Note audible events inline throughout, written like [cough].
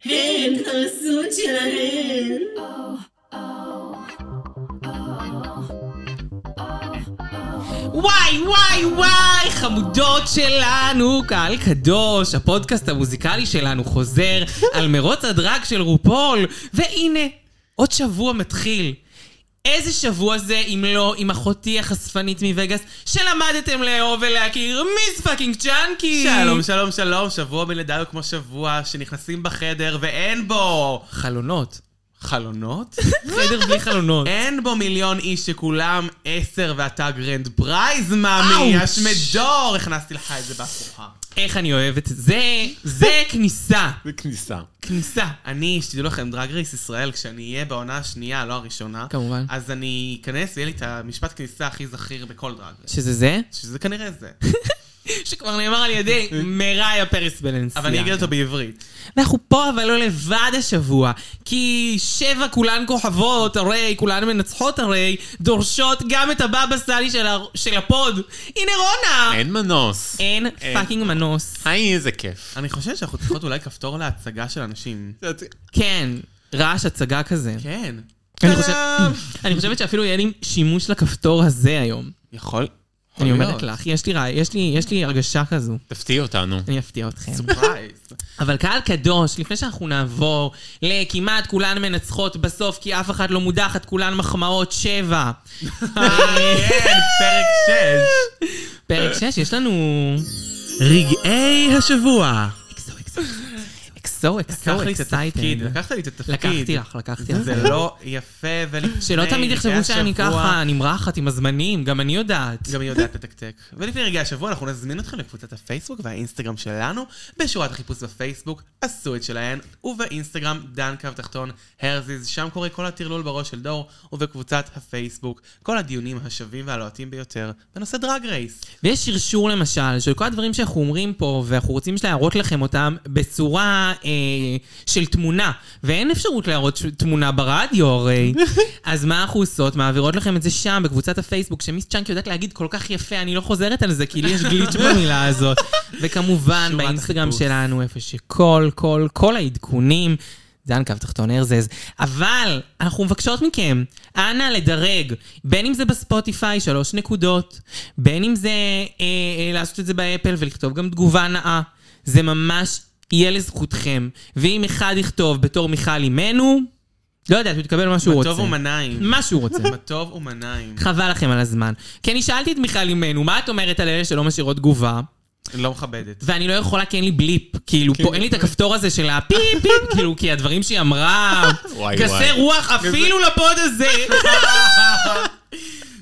很可苏城。 וואי וואי וואי חמודות שלנו, קהל קדוש, הפודקאסט המוזיקלי שלנו חוזר על מרוץ הדרג של רופול, והנה, עוד שבוע מתחיל. איזה שבוע זה אם לא עם אחותי החשפנית מווגאס שלמדתם לאהוב ולהכיר מיס פאקינג צ'אנקי? שלום, שלום, שלום, שבוע מלידה הוא כמו שבוע שנכנסים בחדר ואין בו חלונות. [laughs] חלונות? חדר בלי חלונות. אין בו מיליון איש שכולם עשר ואתה גרנד פרייז, מאמי, אאוץ'. השמדור! הכנסתי לך את זה בהפוכה. איך אני אוהב את זה, זה כניסה. זה כניסה. כניסה. אני, שתדעו לכם, דרג רייס ישראל, כשאני אהיה בעונה השנייה, לא הראשונה, כמובן. אז אני אכנס ויהיה לי את המשפט כניסה הכי זכיר בכל דרג רייס. שזה זה? שזה כנראה זה. [laughs] שכבר נאמר על ידי מריה פרס בלנסיה. אבל אני אגיד אותו בעברית. אנחנו פה אבל לא לבד השבוע, כי שבע כולן כוכבות, הרי כולן מנצחות הרי, דורשות גם את הבבא סאלי של, הר... של הפוד. הנה רונה! אין מנוס. אין פאקינג מנוס. היי, איזה כיף. אני חושבת שאנחנו צריכות אולי כפתור להצגה של [laughs] אנשים. כן, רעש הצגה כזה. כן. אני, חושב... [laughs] אני חושבת שאפילו יהיה לי שימוש לכפתור הזה היום. יכול. יכול אני להיות. אומרת לך, יש לי, רע... יש, לי, יש לי הרגשה כזו. תפתיע אותנו. אני אפתיע אתכם. סופרייז. אבל קהל קדוש, לפני שאנחנו נעבור לכמעט כולן מנצחות בסוף, כי אף אחת לא מודחת, כולן מחמאות שבע. כן, פרק 6. פרק 6, יש לנו... רגעי השבוע. אקסו, אקסו, לקח לי את התפקיד, אקסייטד. לקחת לי את התפקיד. לקחתי לך, לקחתי לך. זה לא יפה ולפני... שלא תמיד רגעי יחשבו שאני השבוע, ככה נמרחת עם הזמנים, גם אני יודעת. גם היא יודעת לתקתק. ולפני רגעי השבוע אנחנו נזמין אתכם לקבוצת הפייסבוק והאינסטגרם שלנו. בשורת החיפוש בפייסבוק, עשו את שלהן, ובאינסטגרם, דן קו תחתון, הרזיז, שם קורה כל הטרלול בראש של דור, ובקבוצת הפייסבוק, כל הדיונים השווים והלוהטים ביותר בנושא דרג רייס. ויש שרשור למשל, של כל הדברים שאנחנו אומרים פה, ואנחנו רוצים להראות לכם אותם בצורה אה, של תמונה, ואין אפשרות להראות ש- תמונה ברדיו הרי. אז מה אנחנו עושות? מעבירות לכם את זה שם, בקבוצת הפייסבוק, שמיס צ'אנק יודעת להגיד כל כך יפה, אני לא חוזרת על זה, כי לי יש גליץ' במילה הזאת. וכמובן, שורת באינסטגרם החיפוש. שלנו, איפה שכל, כל, כל העדכונים. דן קו תחתון ארזז. אבל אנחנו מבקשות מכם, אנא לדרג, בין אם זה בספוטיפיי, שלוש נקודות, בין אם זה אה, אה, לעשות את זה באפל ולכתוב גם תגובה נאה. זה ממש יהיה לזכותכם. ואם אחד יכתוב בתור מיכל אימנו, לא יודעת, הוא יקבל מה שהוא רוצה. מה טוב ומנעים. מה שהוא רוצה. מה טוב ומנעים. חבל לכם על הזמן. כי אני שאלתי את מיכל אימנו, מה את אומרת על אלה שלא משאירות תגובה? לא מכבדת. ואני לא יכולה כי אין לי בליפ, כאילו, פה אין לי את הכפתור הזה של הפיפ, פיפ, [laughs] כאילו, כי הדברים שהיא אמרה, וואי, גסי וואי. רוח אפילו לפוד הזה. [laughs]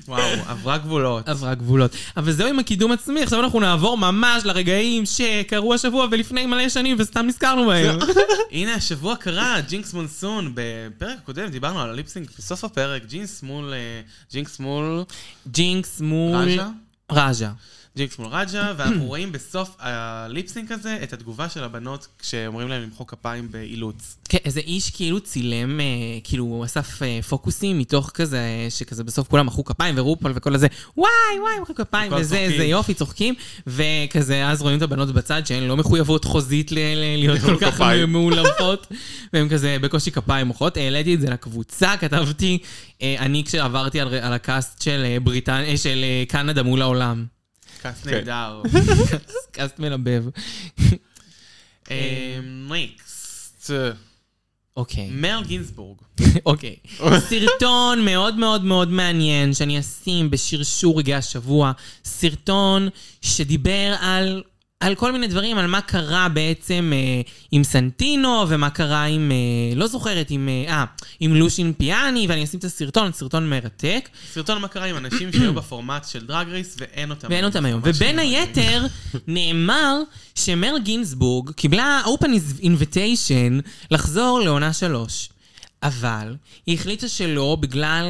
וואו, עברה גבולות. עברה גבולות. אבל זהו עם הקידום עצמי, עכשיו אנחנו נעבור ממש לרגעים שקרו השבוע ולפני מלא שנים וסתם נזכרנו בהם. הנה, השבוע קרה, ג'ינקס מונסון. בפרק הקודם דיברנו על הליפסינג בסוף הפרק, ג'ינקס מול... אה, ג'ינקס מול... ג'ינקס מול... רג'ה? רג'ה. ג'ינקס מול רג'ה, ואנחנו רואים בסוף הליפסינג הזה את התגובה של הבנות כשאומרים להם למחוא כפיים באילוץ. כן, איזה איש כאילו צילם, אה, כאילו הוא אסף אה, פוקוסים מתוך כזה, אה, שכזה בסוף כולם מחאו כפיים ורופול וכל הזה, וואי וואי מחאו כפיים וכל וזה, צוחקים. איזה יופי, צוחקים, וכזה אז רואים את הבנות בצד שהן לא מחויבות חוזית ל- ל- להיות כל למחוא כך [laughs] כפיים. מאולפות, והן כזה בקושי כפיים מוחות. העליתי את זה לקבוצה, כתבתי, אה, אני כשעברתי על ר- על הקאסט של אה, בריטניה, אה, של אה, קנדה מול העולם. [laughs] כעס כן. נהדר. קאסט מלבב. אה, ניקסט. אוקיי. מרל גינסבורג. [laughs] אוקיי. סרטון מאוד מאוד מאוד מעניין שאני אשים בשרשור רגעי השבוע. סרטון שדיבר על... על כל מיני דברים, על מה קרה בעצם אה, עם סנטינו, ומה קרה עם, אה, לא זוכרת, עם, אה, אה, עם לושין פיאני, ואני אשים את הסרטון, סרטון מרתק, סרטון מה קרה עם אנשים שהיו בפורמט של דרג רייס ואין אותם. ואין אותם היום. בפורמט של ובין דרג רייס. היתר, נאמר שמר גינסבורג קיבלה open invitation לחזור לעונה שלוש. אבל היא החליטה שלא בגלל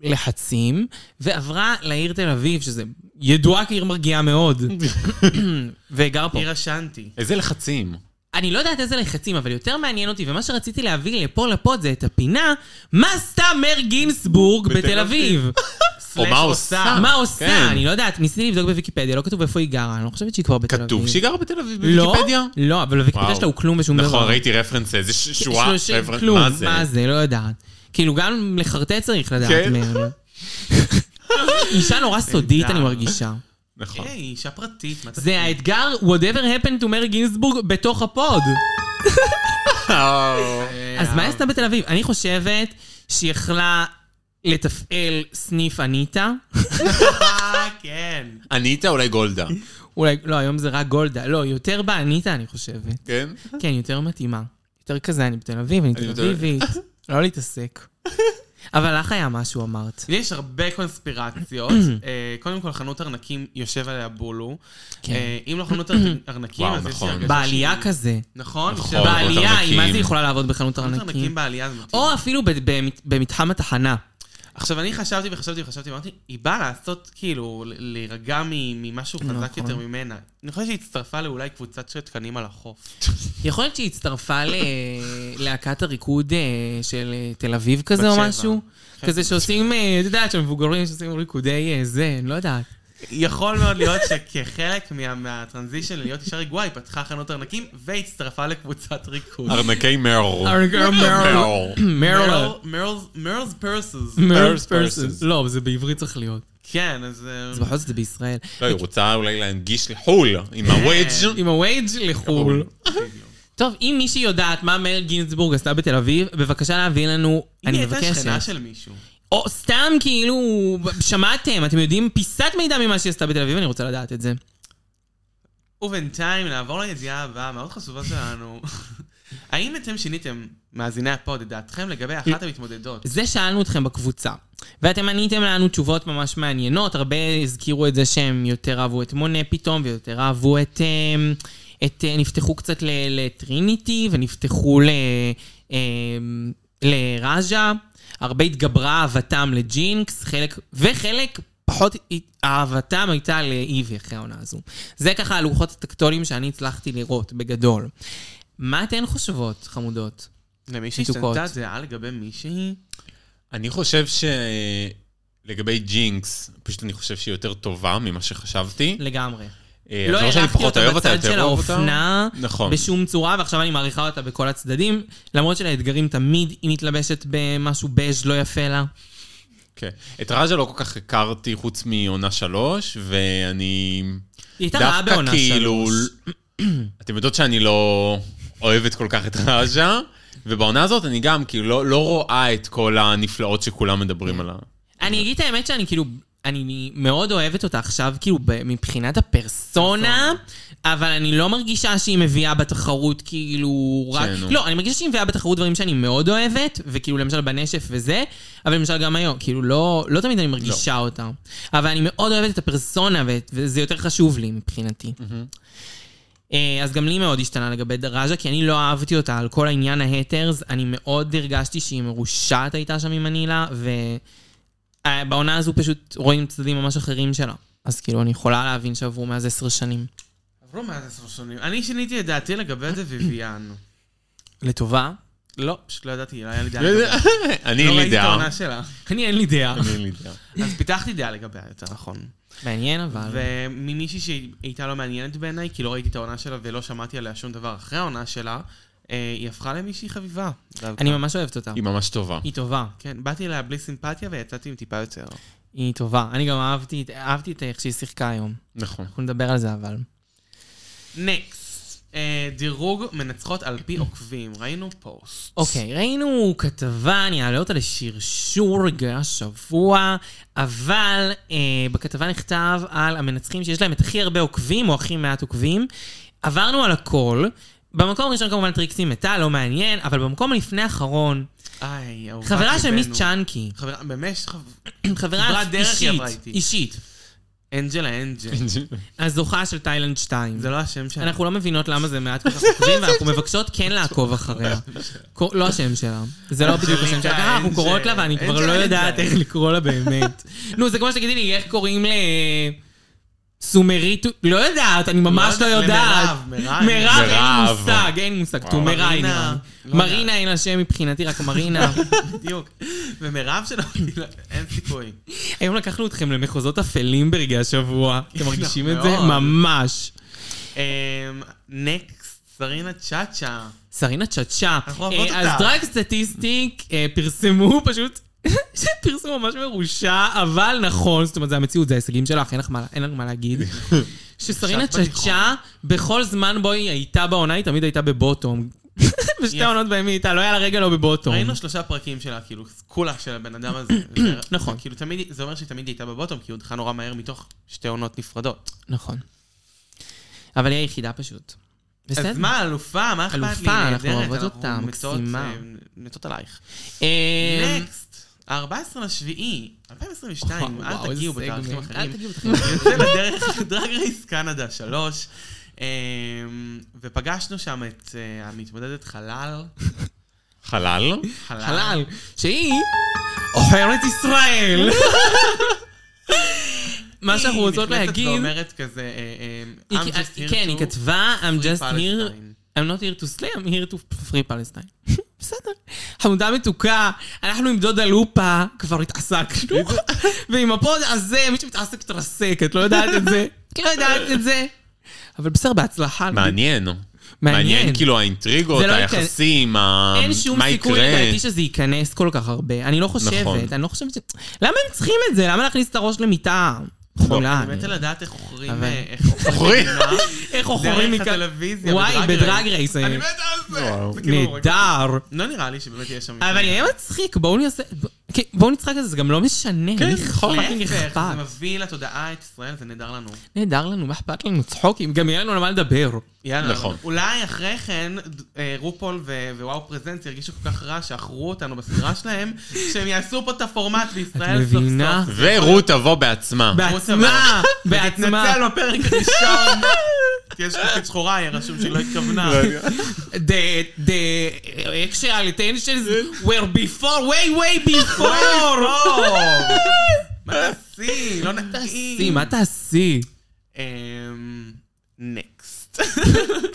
לחצים, ועברה לעיר תל אביב, שזה [laughs] ידועה כעיר מרגיעה מאוד. וגר פה. עיר השנטי. איזה לחצים. אני לא יודעת איזה לחצים, אבל יותר מעניין אותי, ומה שרציתי להביא לפה לפוד זה את הפינה, מה עשתה מר גינסבורג בתל בתל אביב? [laughs] או מה סלאש עושה? מה עושה? כן. אני לא יודעת, ניסיתי לבדוק בוויקיפדיה, לא כתוב איפה היא גרה, אני לא חושבת שהיא כבר בתל אביב. כתוב שהיא גרה בתל אביב לא, בוויקיפדיה? לא, אבל בוויקיפדיה וואו. שלה הוא כלום ושום דבר. נכון, ראיתי רפרנס, איזה ש- שורה, שלוש- רפרנס, כלום, מה זה? מה זה, לא יודעת. כאילו, גם לחרטט צריך לדעת. כן. [laughs] מר. אישה נורא סודית, אני מרגישה. נכון. היי, אישה פרטית, מה אתה... זה האתגר, whatever happened to מר גינסבורג בתוך הפוד. כן. אה, אז מה היא עשתה בתל אביב? אני חושבת שהיא יכלה לתפעל סניף אניטה. אה, כן. אניטה אולי גולדה, אולי, לא, היום זה רק גולדה. לא, יותר באניטה, אני חושבת. כן? כן, יותר מתאימה. יותר כזה, אני בתל אביב, אני תל בתל- אביבית. [laughs] לא להתעסק. אבל לך היה משהו אמרת. לי יש הרבה [clears throat] קונספירציות. אה, קודם כל, חנות ארנקים יושב עליה בולו. כן. אה, אם לא חנות [clears throat] ארנקים, וואו, אז יש לי נכון. הרגשה בעלייה שהיא- כזה. נכון, נכון. יושב- בעלייה, בעלייה, היא מה זה ארנקים. יכולה לעבוד בחנות חנות ארנקים נכון. ארנקים? בעלייה זה מתאים. או אפילו ב- ב- במתחם התחנה. עכשיו, אני חשבתי וחשבתי וחשבתי, אמרתי, היא באה לעשות, כאילו, ל- להירגע מ- ממשהו חזק נכון. יותר ממנה. אני חושבת שהיא הצטרפה לאולי קבוצת שתקנים על החוף. יכול להיות שהיא הצטרפה ללהקת הריקוד אה, של אה, תל אביב כזה בת או שבע. משהו? כזה שעושים, אה, את יודעת, שמבוגרים שעושים ריקודי אה, זה, אני לא [clears throat] יודעת. יכול מאוד להיות שכחלק מה- מהטרנזישן ללהיות אישה רגועה, היא פתחה חנות ארנקים והצטרפה לקבוצת ריקוד. ארנקי מרל. מרל. מרל. מרל. מרל's פרסס. מרל's Murder's persons. persons. לא, זה בעברית צריך להיות. כן, אז... אה, אז בכל זאת זה בישראל. לא, היא רוצה אולי להנגיש לחו"ל, כן. עם הווייג'. עם הווייג' לחו"ל. טוב, אם מישהי יודעת מה מאיר גינזבורג עשתה בתל אביב, בבקשה להביא לנו, הנה, אני היא הייתה שכנה מבקשת. של מישהו. או סתם כאילו, שמעתם, אתם יודעים פיסת מידע ממה שהיא עשתה בתל אביב, אני רוצה לדעת את זה. ובינתיים נעבור לידיעה הבאה, המאוד חשובה שלנו. האם אתם שיניתם, מאזיני הפוד, את דעתכם לגבי אחת המתמודדות? זה שאלנו אתכם בקבוצה, ואתם עניתם לנו תשובות ממש מעניינות, הרבה הזכירו את זה שהם יותר אהבו את מונה פתאום, ויותר אהבו את... אמ, את אה, נפתחו קצת ל- לטריניטי, ונפתחו ל... אמ, לראז'ה, הרבה התגברה אהבתם לג'ינקס, חלק... וחלק פחות הת- אהבתם הייתה לאיבי אחרי העונה הזו. זה ככה הלוחות הטקטוניים שאני הצלחתי לראות, בגדול. מה אתן חושבות, חמודות? למי שהשתנתה מתוקות. דעה לגבי מישהי? אני חושב ש... לגבי ג'ינקס, פשוט אני חושב שהיא יותר טובה ממה שחשבתי. לגמרי. אה, לא זה שאני הערכתי פחות אותה אוהב בצד יותר של אוהב אותה. האופנה, נכון. בשום צורה, ועכשיו אני מעריכה אותה בכל הצדדים, למרות שלאתגרים תמיד היא מתלבשת במשהו בז' לא יפה לה. כן. את ראז'ה לא כל כך הכרתי חוץ מעונה שלוש, ואני... היא הייתה רעה בעונה כאילו שלוש. [clears throat] אתם יודעות שאני לא אוהבת כל כך את ראז'ה, ובעונה הזאת אני גם כאילו לא, לא רואה את כל הנפלאות שכולם [laughs] מדברים עליהן. אני אגיד את האמת שאני כאילו, אני מאוד אוהבת אותה עכשיו, כאילו, ב- מבחינת הפרסונה, אבל אני לא מרגישה שהיא מביאה בתחרות, כאילו, רק... שאינו. לא, אני מרגישה שהיא מביאה בתחרות דברים שאני מאוד אוהבת, וכאילו, למשל בנשף וזה, אבל למשל גם היום, כאילו, לא, לא תמיד אני מרגישה אותה. אבל אני מאוד אוהבת את הפרסונה, ואת- וזה יותר חשוב לי מבחינתי. אה, אז גם לי מאוד השתנה לגבי דראז'ה, כי אני לא אהבתי אותה על כל העניין ההטרס. אני מאוד הרגשתי שהיא מרושעת הייתה שם עם הנילה, ובעונה אה, הזו פשוט רואים צדדים ממש אחרים שלה. אז כאילו, אני יכולה להבין שעברו מאז עשר שנים. עברו מאז עשר שנים. אני שיניתי את דעתי לגבי זה ויביאן. לטובה? לא, פשוט לא ידעתי, לא היה לי דעה לגביה. אני לא אין לי ראיתי את דעה. העונה שלה. אני אין לי דעה. אני אין לי דעה. אז פיתחתי דעה לגביה, יותר נכון. מעניין אבל. וממישהי שהייתה לא מעניינת בעיניי, כי לא ראיתי את העונה שלה ולא שמעתי עליה שום דבר אחרי העונה שלה, אה, היא הפכה למישהי חביבה. דווקא. אני ממש אוהבת אותה. היא ממש טובה. היא טובה. כן, באתי אליה בלי סימפתיה ויצאתי עם טיפה יותר. היא טובה. אני גם אהבתי, אהבתי את איך שהיא שיחקה היום. [laughs] נכון. אנחנו נדבר על זה אבל. נקסט, אה, דירוג מנצחות על פי עוקבים, ראינו פוסט. אוקיי, ראינו כתבה, אני אעלה אותה לשרשור רגע השבוע, אבל אה, בכתבה נכתב על המנצחים שיש להם את הכי הרבה עוקבים, או הכי מעט עוקבים. עברנו על הכל. במקום הראשון כמובן טריקסי מתה, לא מעניין, אבל במקום לפני האחרון, איי, אהובת חברה של מיס ליבנו. [clears throat] צ'אנקי, חברה, באמת, חברה כברת דרך היא אישית, עברה איתי. אישית, אנג'לה אנג'ל. הזוכה של תאילנד 2. זה לא השם שלה. אנחנו לא מבינות למה זה מעט כל כך עוקבים, ואנחנו מבקשות כן לעקוב [laughs] אחריה. קור- לא השם שלה. זה אה, לא בדיוק השם שלה. ככה אנחנו אנג'ל, קוראות לה, ואני כבר אנג'ל, לא יודעת אנג'ל. איך לקרוא לה באמת. נו, זה כמו שתגידי לי, איך קוראים ל... סומרית, לא יודעת, אני ממש לא יודעת, יודעת. למירב, מירב. מירב, אין לי מירב. מושג, אין לי מושג. וואו. טומרה היא מרינה, נראה לי. לא מרינה אין לה שם מבחינתי, רק [laughs] מרינה. בדיוק. ומירב שלו, כאילו, אין סיכוי. היום לקחנו אתכם למחוזות אפלים ברגעי השבוע. [laughs] אתם מרגישים את זה? מאוד. ממש. נקסט, אמ, סרינה צ'אצ'ה. סרינה צ'צ'ה. אנחנו אוהבות אה, אז אותך. דרג סטטיסטיק אה, פרסמו פשוט... [laughs] פרסום ממש מרושע, אבל נכון, זאת אומרת, זה המציאות, זה ההישגים שלך, אין לך מה- אין לנו מה [laughs] להגיד. שסרינה ישבת בתיכון. צ'צ'ה, בכל זמן בו היא הייתה בעונה, היא תמיד הייתה [laughs] בבוטום. בשתי יפה. העונות בהם היא הייתה, לא היה לה רגע לא בבוטום. ראינו שלושה פרקים שלה, כאילו, כולה של הבן אדם הזה. זה- [clears throat] נכון. זה כאילו, תמיד, זה אומר שהיא תמיד הייתה בבוטום, כי היא הודחה נורא מהר מתוך שתי עונות נפרדות. נכון. אבל היא היחידה פשוט. בסדר. אז מה, אלופה, מה אכפת לי? אלופה, אנחנו נהדרת, אוהבות אנחנו אותה, מתות, מקסימה. אה, מתות עלייך. אה, נקסט, 14 לשביעי, 2022, וואו, אל וואו, תגיעו איזה בתאריכים סגמנט. אחרים. אל תגיעו בתאריכים אחרים. יוצא לדרך דרג רייס קנדה 3, ופגשנו שם את אה, המתמודדת חלל. [laughs] חלל? חלל, שהיא עוכרת ישראל. מה שאנחנו היא רוצות נכנסת להגיד, ואומרת כזה, אה, אה, היא- I'm just here כן, היא to כתבה, I'm free just here, Palestine." I'm not here to slay, I'm here to free Palestine. [laughs] בסדר. חמודה מתוקה, אנחנו עם דודה לופה, כבר התעסקנו, [laughs] ועם הפוד הזה, מי שמתעסק תרסק, את לא יודעת את זה, את לא יודעת את זה. אבל בסדר, בהצלחה. מעניין. מעניין. מעניין, כאילו האינטריגות, זה לא ייכנס. היחסים, ה- אין שום אמ, מה סיכוי יקרה. לדעתי שזה ייכנס כל כך הרבה. אני לא נכון. חושבת, אני לא חושבת ש... למה הם צריכים את זה? למה להכניס את הראש למיטה? חולה. אני מתה לדעת איך חוכרים, אה, אבל- אה, איך חוכרים, חוכרים? מדינה. איך חוכרים דרך מכאן? הטלוויזיה, וואי, בדרג בדרג רייס. רייס. אני אה, מתה על וואו. זה. זה כאילו- נהדר. לא נראה לי שבאמת יהיה שם... אבל יהיה מצחיק, בואו נעשה... כן, בואו נצחק על זה, זה גם לא משנה. כן, מי פאקינג להפך, זה אכפת. מביא לתודעה את ישראל, זה נהדר לנו. נהדר לנו, מה אכפת לנו? צחוקים, גם יהיה לנו על מה לדבר. יאללה. נכון. אולי אחרי כן, אה, רופול ו- ווואו פרזנט ירגישו כל כך רע שעכרו אותנו בסדרה [laughs] שלהם, שהם יעשו פה את הפורמט בישראל את סוף מבינה? סוף. ורות תבוא בעצמה. בעצמה, בעצמה. תתנצל בפרק הראשון. [laughs] כי יש קופית שחורה, יהיה רשום שהיא לא התכוונה. the the actual intentions were before, way way [laughs] before. לא, [laughs] מה תעשי? לא תעשי, נתאים. מה תעשי? נקסט.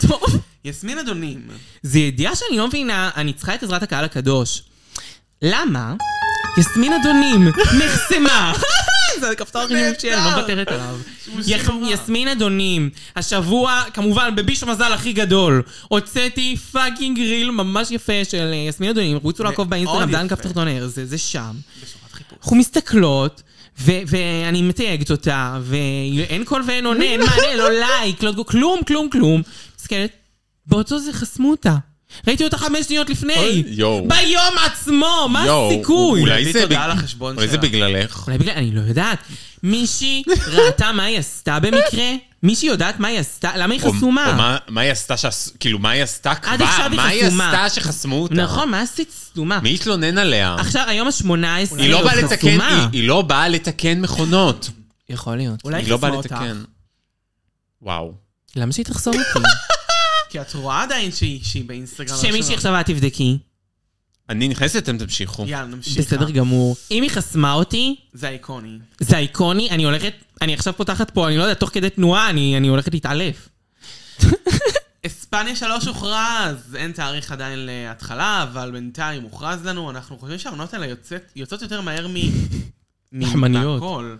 טוב. אמ, יסמין אדונים. [laughs] זו ידיעה שאני לא מבינה, אני צריכה את עזרת הקהל הקדוש. למה? יסמין [laughs] אדונים נחסמה. זה הכפתור הכי נהדר. נהדר שלי, אני לא מוותרת עליו. [laughs] שימושי יח- נורא. יסמין אדונים, השבוע, כמובן, בביש המזל הכי גדול, הוצאתי פאקינג ריל ממש יפה של אה, יסמין אדונים, רוצו לעקוב באינסטגרם, מאוד דן יפה. כף תחתון ארז, זה- זה שם. בשורת חיפוש. אנחנו מסתכלות, ו- ואני מתייגת אותה, ואין קול ואין עונה, אין מענה, לא לייק, לא כלום, כלום, כלום. מסתכלת, באותו זה חסמו אותה. ראיתי אותה חמש שניות לפני. אוי, יואו. ביום עצמו, מה יואו, הסיכוי? אולי להביא זה תודעה בג- לחשבון אולי זה שלה. בגללך. אולי בגלל, אני לא יודעת. מישהי ראתה מה היא עשתה במקרה? מישהי יודעת מה היא עשתה? למה היא או- או חסומה? מה- מה היא עשתה שעש... כאילו, מה היא עשתה כבר? עכשיו היא מה היא חסומה. עשתה שחסמו אותה? נכון, מה עשית סתומה? מי התלונן עליה? עכשיו, היום ה-18, היא לא באה לתקן, היא- היא לא באה לתקן מכונות. יכול להיות. אולי היא לא באה חסמה אותך. לתקן. וואו. למה שהיא תחסום אותי? כי את רואה עדיין שהיא שהיא באינסטגרם. שמישהי הראשונה. עכשיו את תבדקי. אני נכנסת, אתם תמשיכו. יאללה, נמשיך. בסדר גמור. אם היא חסמה אותי, זה איקוני. זה איקוני, אני הולכת, אני עכשיו פותחת פה, אני לא יודעת, תוך כדי תנועה, אני, אני הולכת להתעלף. אספניה 3 הוכרז, אין תאריך עדיין להתחלה, אבל בינתיים הוכרז לנו, אנחנו חושבים שהעונות האלה יוצאת- יוצאות יותר [laughs] מהר מ... מ- לחמניות. מהכל.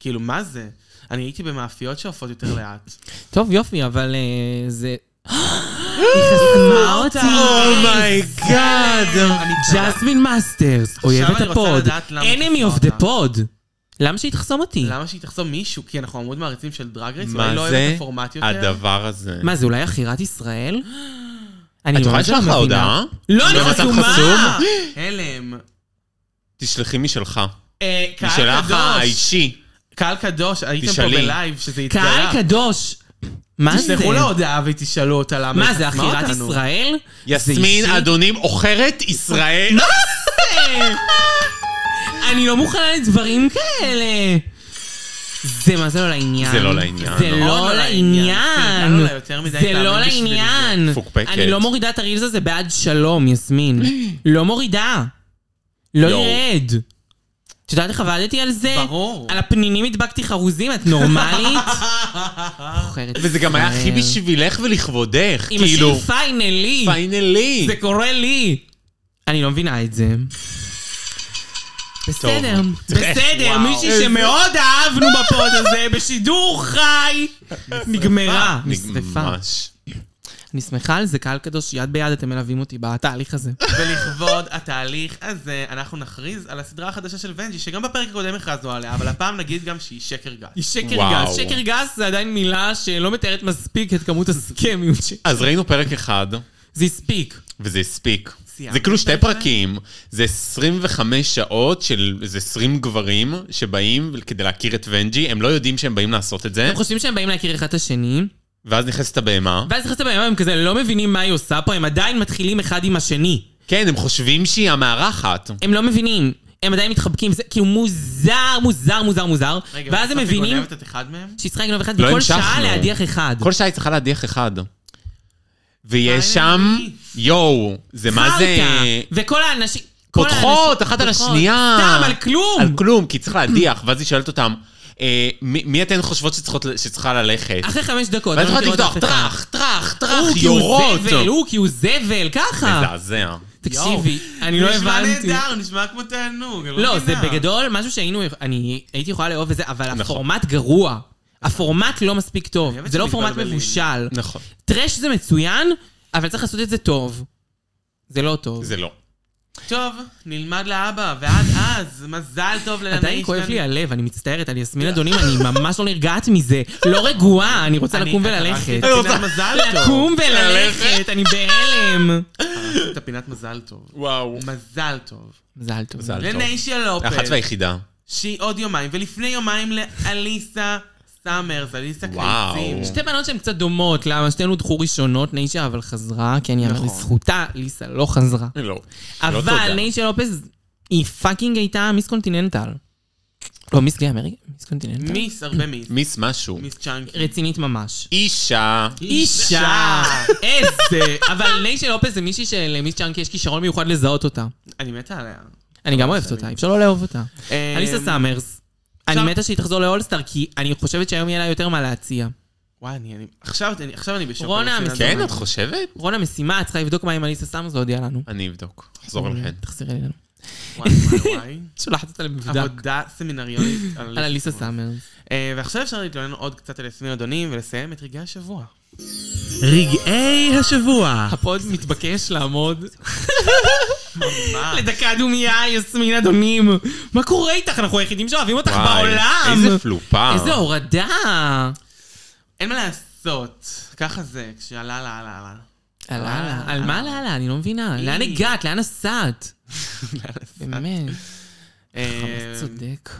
כאילו, מה זה? אני הייתי במאפיות שעופות יותר לאט. טוב, יופי, אבל אה, זה... [gasps] היא חסמה Oh אותי. Oh [laughs] אומייגאד. אני ג'סמין מאסטרס, um, אויבת אני רוצה הפוד. לדעת למה היא enemy חסמה of the pod. אותה. למה שהיא תחסום אותי? למה שהיא תחסום מישהו? כי אנחנו עמוד מעריצים של דרג רייס, אולי לא מה אוהב את זה הפורמט יותר. הדבר הזה? מה, זה אולי עכירת ישראל? אני את יכולה ממש לא לשלוח לה מבינה. הודעה? לא, אני במצב חסומה! חסום? [gasps] הלם. תשלחי משלך. אה, קהל משלך קדוש. האישי. קהל קדוש, הייתם פה תשאלי. בלייב, שזה קהל התגלה. קדוש! מה זה? תשלחו לה הודעה ותשאלו אותה למה מה היא זה, חסמה עכירת אותנו. ישראל? זה יסמין אישי? לא. אדונים עוכרת ישראל. כן. אני לא מוכנה לדברים כאלה. זה מה זה לא לעניין. זה לא כן, לעניין. זה מאוד לא לא לעניין. לעניין. נתנו לה יותר מדי זה פעמים לא בשביל לעניין. פוקפקת. אני לא מורידה את הרילס הזה [clears throat] בעד שלום, יסמין. לא מורידה. לא יואו. ירד. את יודעת איך עבדתי על זה? ברור. על הפנינים הדבקתי חרוזים, את [laughs] נורמלית? בוחרת וזה גם היה הכי ישראל. בשבילך ולכבודך, אמא שלי כאילו, פיינלי! פיינלי. זה קורה לי! אני לא מבינה את זה. בסדר, בסדר, וואו. מישהי שמאוד אהבנו בפוד הזה, בשידור חי, נגמרה, נשרפה. ממש. אני שמחה על זה, קהל קדוש, יד ביד אתם מלווים אותי בתהליך הזה. ולכבוד התהליך הזה, אנחנו נכריז על הסדרה החדשה של ונג'י, שגם בפרק הקודם הכרזנו עליה, אבל הפעם נגיד גם שהיא שקר גס. היא שקר וואו. גס. שקר גס זה עדיין מילה שלא מתארת מספיק את כמות הסכמיות ש... אז ראינו פרק אחד, זה הספיק. וזה הספיק. סיימת זה כאילו שתי את הפרק? פרקים, זה 25 שעות של איזה 20 גברים שבאים כדי להכיר את ונג'י, הם לא יודעים שהם באים לעשות את זה, הם חושבים שהם באים להכיר אחד את השני, ואז נכנסת הבהמה. ואז נכנסתם היום, הם כזה לא מבינים מה היא עושה פה, הם עדיין מתחילים אחד עם השני. כן, הם חושבים שהיא המארחת. הם לא מבינים. הם עדיין מתחבקים, זה כאילו מוזר, מוזר, מוזר, מוזר. רגע, ואז הם ובסוף היא מבינים גונבת את אחד מהם? שיצחק גנוב אחד, לא וכל המשכנו. שעה להדיח אחד. כל שעה היא צריכה להדיח אחד. ויש שם, פיינלי. יואו, זה מה זה... חרטא. וכל האנשים... כל פותחות האנשים- אחת על פותחות. השנייה. סתם, על כלום. על כלום, כי צריך להדיח, ואז היא שואלת אותם, אה, מי מי אתן חושבות שצריכות ל- שצריכה ללכת? אחרי חמש דקות. ואז לא אוקיי, יכולת מכירות לפתוח, אף אחד. טראח, טראח, הוא טראח, כי הוא יורות. זבל, הוא כי הוא זבל, ככה. מזעזע. תקשיבי, יואו. אני לא זה הבנתי. נשמע נהדר, נשמע כמו תענוג. אני לא, זה מבינה. בגדול משהו שהיינו, אני הייתי יכולה לאהוב את זה, אבל נכון. הפורמט גרוע. הפורמט לא מספיק טוב. אני אוהבת זה לא פורמט שמתבלבלים. מבושל. נכון. טרש זה מצוין, אבל צריך לעשות את זה טוב. זה לא טוב. זה לא. טוב, נלמד לאבא, ועד אז, מזל טוב לננה עדיין איש כואב כאן. לי הלב, אני מצטערת, על יסמין אדונים, אני ממש לא נרגעת מזה. לא רגועה, אני רוצה אני- לקום אתה וללכת. הרסת את פינת מזל טוב. לקום וללכת, אני בהלם. הרסת את הפינת מזל טוב. וואו. מזל טוב. אה, מזל טוב. מזל. טוב. לניישיה לופז, אחת והיחידה. שהיא עוד יומיים, ולפני יומיים לאליסה סאמרס, אליסה וואו. קריצים. שתי בנות שהן קצת דומות, למה שתינו דחו ראשונות, ניישה אבל חזרה, כי אני אמר נכון. לזכותה, ליסה לא חזרה. לא. לא אבל תודה. ניישה לופז, היא פאקינג הייתה מיס קונטיננטל. לא, מיס גלי אמריקה, מיס קונטיננטל. מיס, הרבה מיס. מיס משהו. מיס צ'אנקי. רצינית ממש. אישה. אישה! איזה! אבל ניישה לופז זה מישהי שלמיס צ'אנקי יש כישרון מיוחד לזהות אותה. אני מתה עליה. אמ, אני גם אוהבת אותה, אי אפשר לא לאהוב אותה. [laughs] אליסה סאמרס, אני עכשיו- מתה שהיא תחזור לאולסטאר, כי אני חושבת שהיום יהיה לה יותר מה להציע. וואי, אני... אני- עכשיו אני- עכשיו אני בשוק. רונה, אני מנסה כן, לדעת. את לא. חושבת? רון המשימה, את צריכה לבדוק מה עם אליסה סאמרס והודיעה לנו. אני אבדוק. אחזור אוקיי. אליכן. תחזרי אלינו. וואי, וואי, [laughs] וואי. כן. שולחת אותה למבדק. עבודה סמינריונית על על אליסה אליסה סאמרס. סאמרס. אה, ועכשיו אפשר להתלונן עוד קצת על יסמין אדונים ולסיים את רגעי השבוע. רגעי השבוע. הפוד מתבקש לעמוד ממש. [laughs] לדקה דומייה, יסמין אדונים. מה קורה איתך? אנחנו היחידים שאוהבים אותך [laughs] וואי, בעולם. איזה פלופה. איזה הורדה. אין מה לעשות, ככה זה, כשעלה, עלה, עלה, עלה. עלה לה. על מה עלה לה? אני לא מבינה. אי. לאן הגעת? לאן נסעת? באמת. אה, חמאס צודק.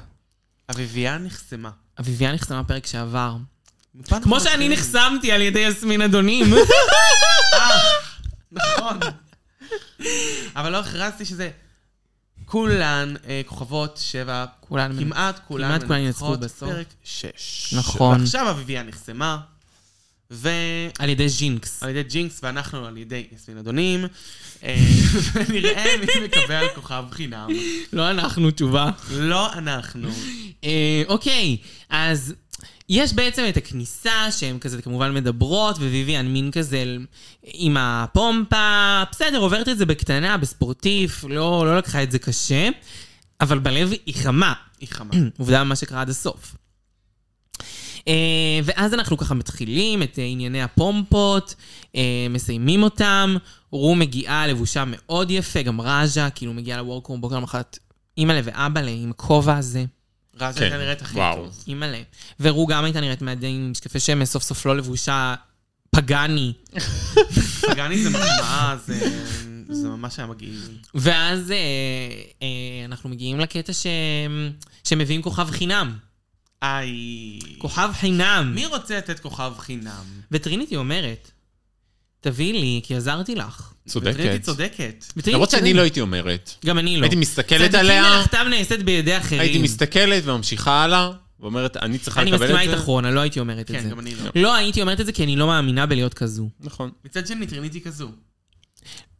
אביביה נחסמה. אביביה נחסמה פרק שעבר. אוקיי. מפן כמו אנחנו שאני מתחילים. נחסמתי על ידי יסמין [laughs] אדונים. נכון. [laughs] אבל לא הכרזתי שזה... כולן אה, כוכבות שבע, כולן מנ- כמעט כולן כמעט כולן ינצחו מנצחות בסוף. פרק שש. נכון. ועכשיו אביביה נחסמה, ו... על ידי ז'ינקס. על ידי ג'ינקס ואנחנו על ידי יסמין אדונים, [laughs] אה, ונראה מי מקבל כוכב חינם. לא אנחנו, תשובה. לא אנחנו. אה, אוקיי, אז יש בעצם את הכניסה, שהן כזה כמובן מדברות, וויביאן מין כזה עם הפומפה, בסדר, עוברת את זה בקטנה, בספורטיף, לא, לא לקחה את זה קשה, אבל בלב היא חמה. היא חמה. [clears throat] עובדה מה שקרה עד הסוף. אה, ואז אנחנו ככה מתחילים את אה, ענייני הפומפות, אה, מסיימים אותם, רו מגיעה לבושה מאוד יפה, גם רג'ה, כאילו מגיעה לוורקרום בוקר למחרת, אימא'לה ואבאלה עם הכובע הזה. רז כן, הייתה נראית הכי וואו. טוב. אימא'לה. ורו גם הייתה נראית מעדיין עם משקפי שמש, סוף סוף לא לבושה פגאני. פגני זה מחמאה, זה- זה ממש היה מגעיל. ואז אה, אה, אנחנו מגיעים לקטע ש... שמביאים כוכב חינם. איי. כוכב חינם. מי רוצה לתת כוכב חינם? וטריניטי אומרת, תביאי לי, כי עזרתי לך. וטריטי צודקת. צודקת. וטריניטי למרות שאני אומרת, לא הייתי אומרת. גם אני לא. הייתי מסתכלת צדיקים עליה, מלאכתם נעשית בידי אחרים. הייתי מסתכלת וממשיכה הלאה, ואומרת, אני צריכה אני לקבל את זה. מסכימה איתך רונה, לא הייתי אומרת את זה. כן, גם אני לא. לא הייתי אומרת את זה כי אני לא מאמינה בלהיות כזו. נכון. מצד שני, טריניטי כזו.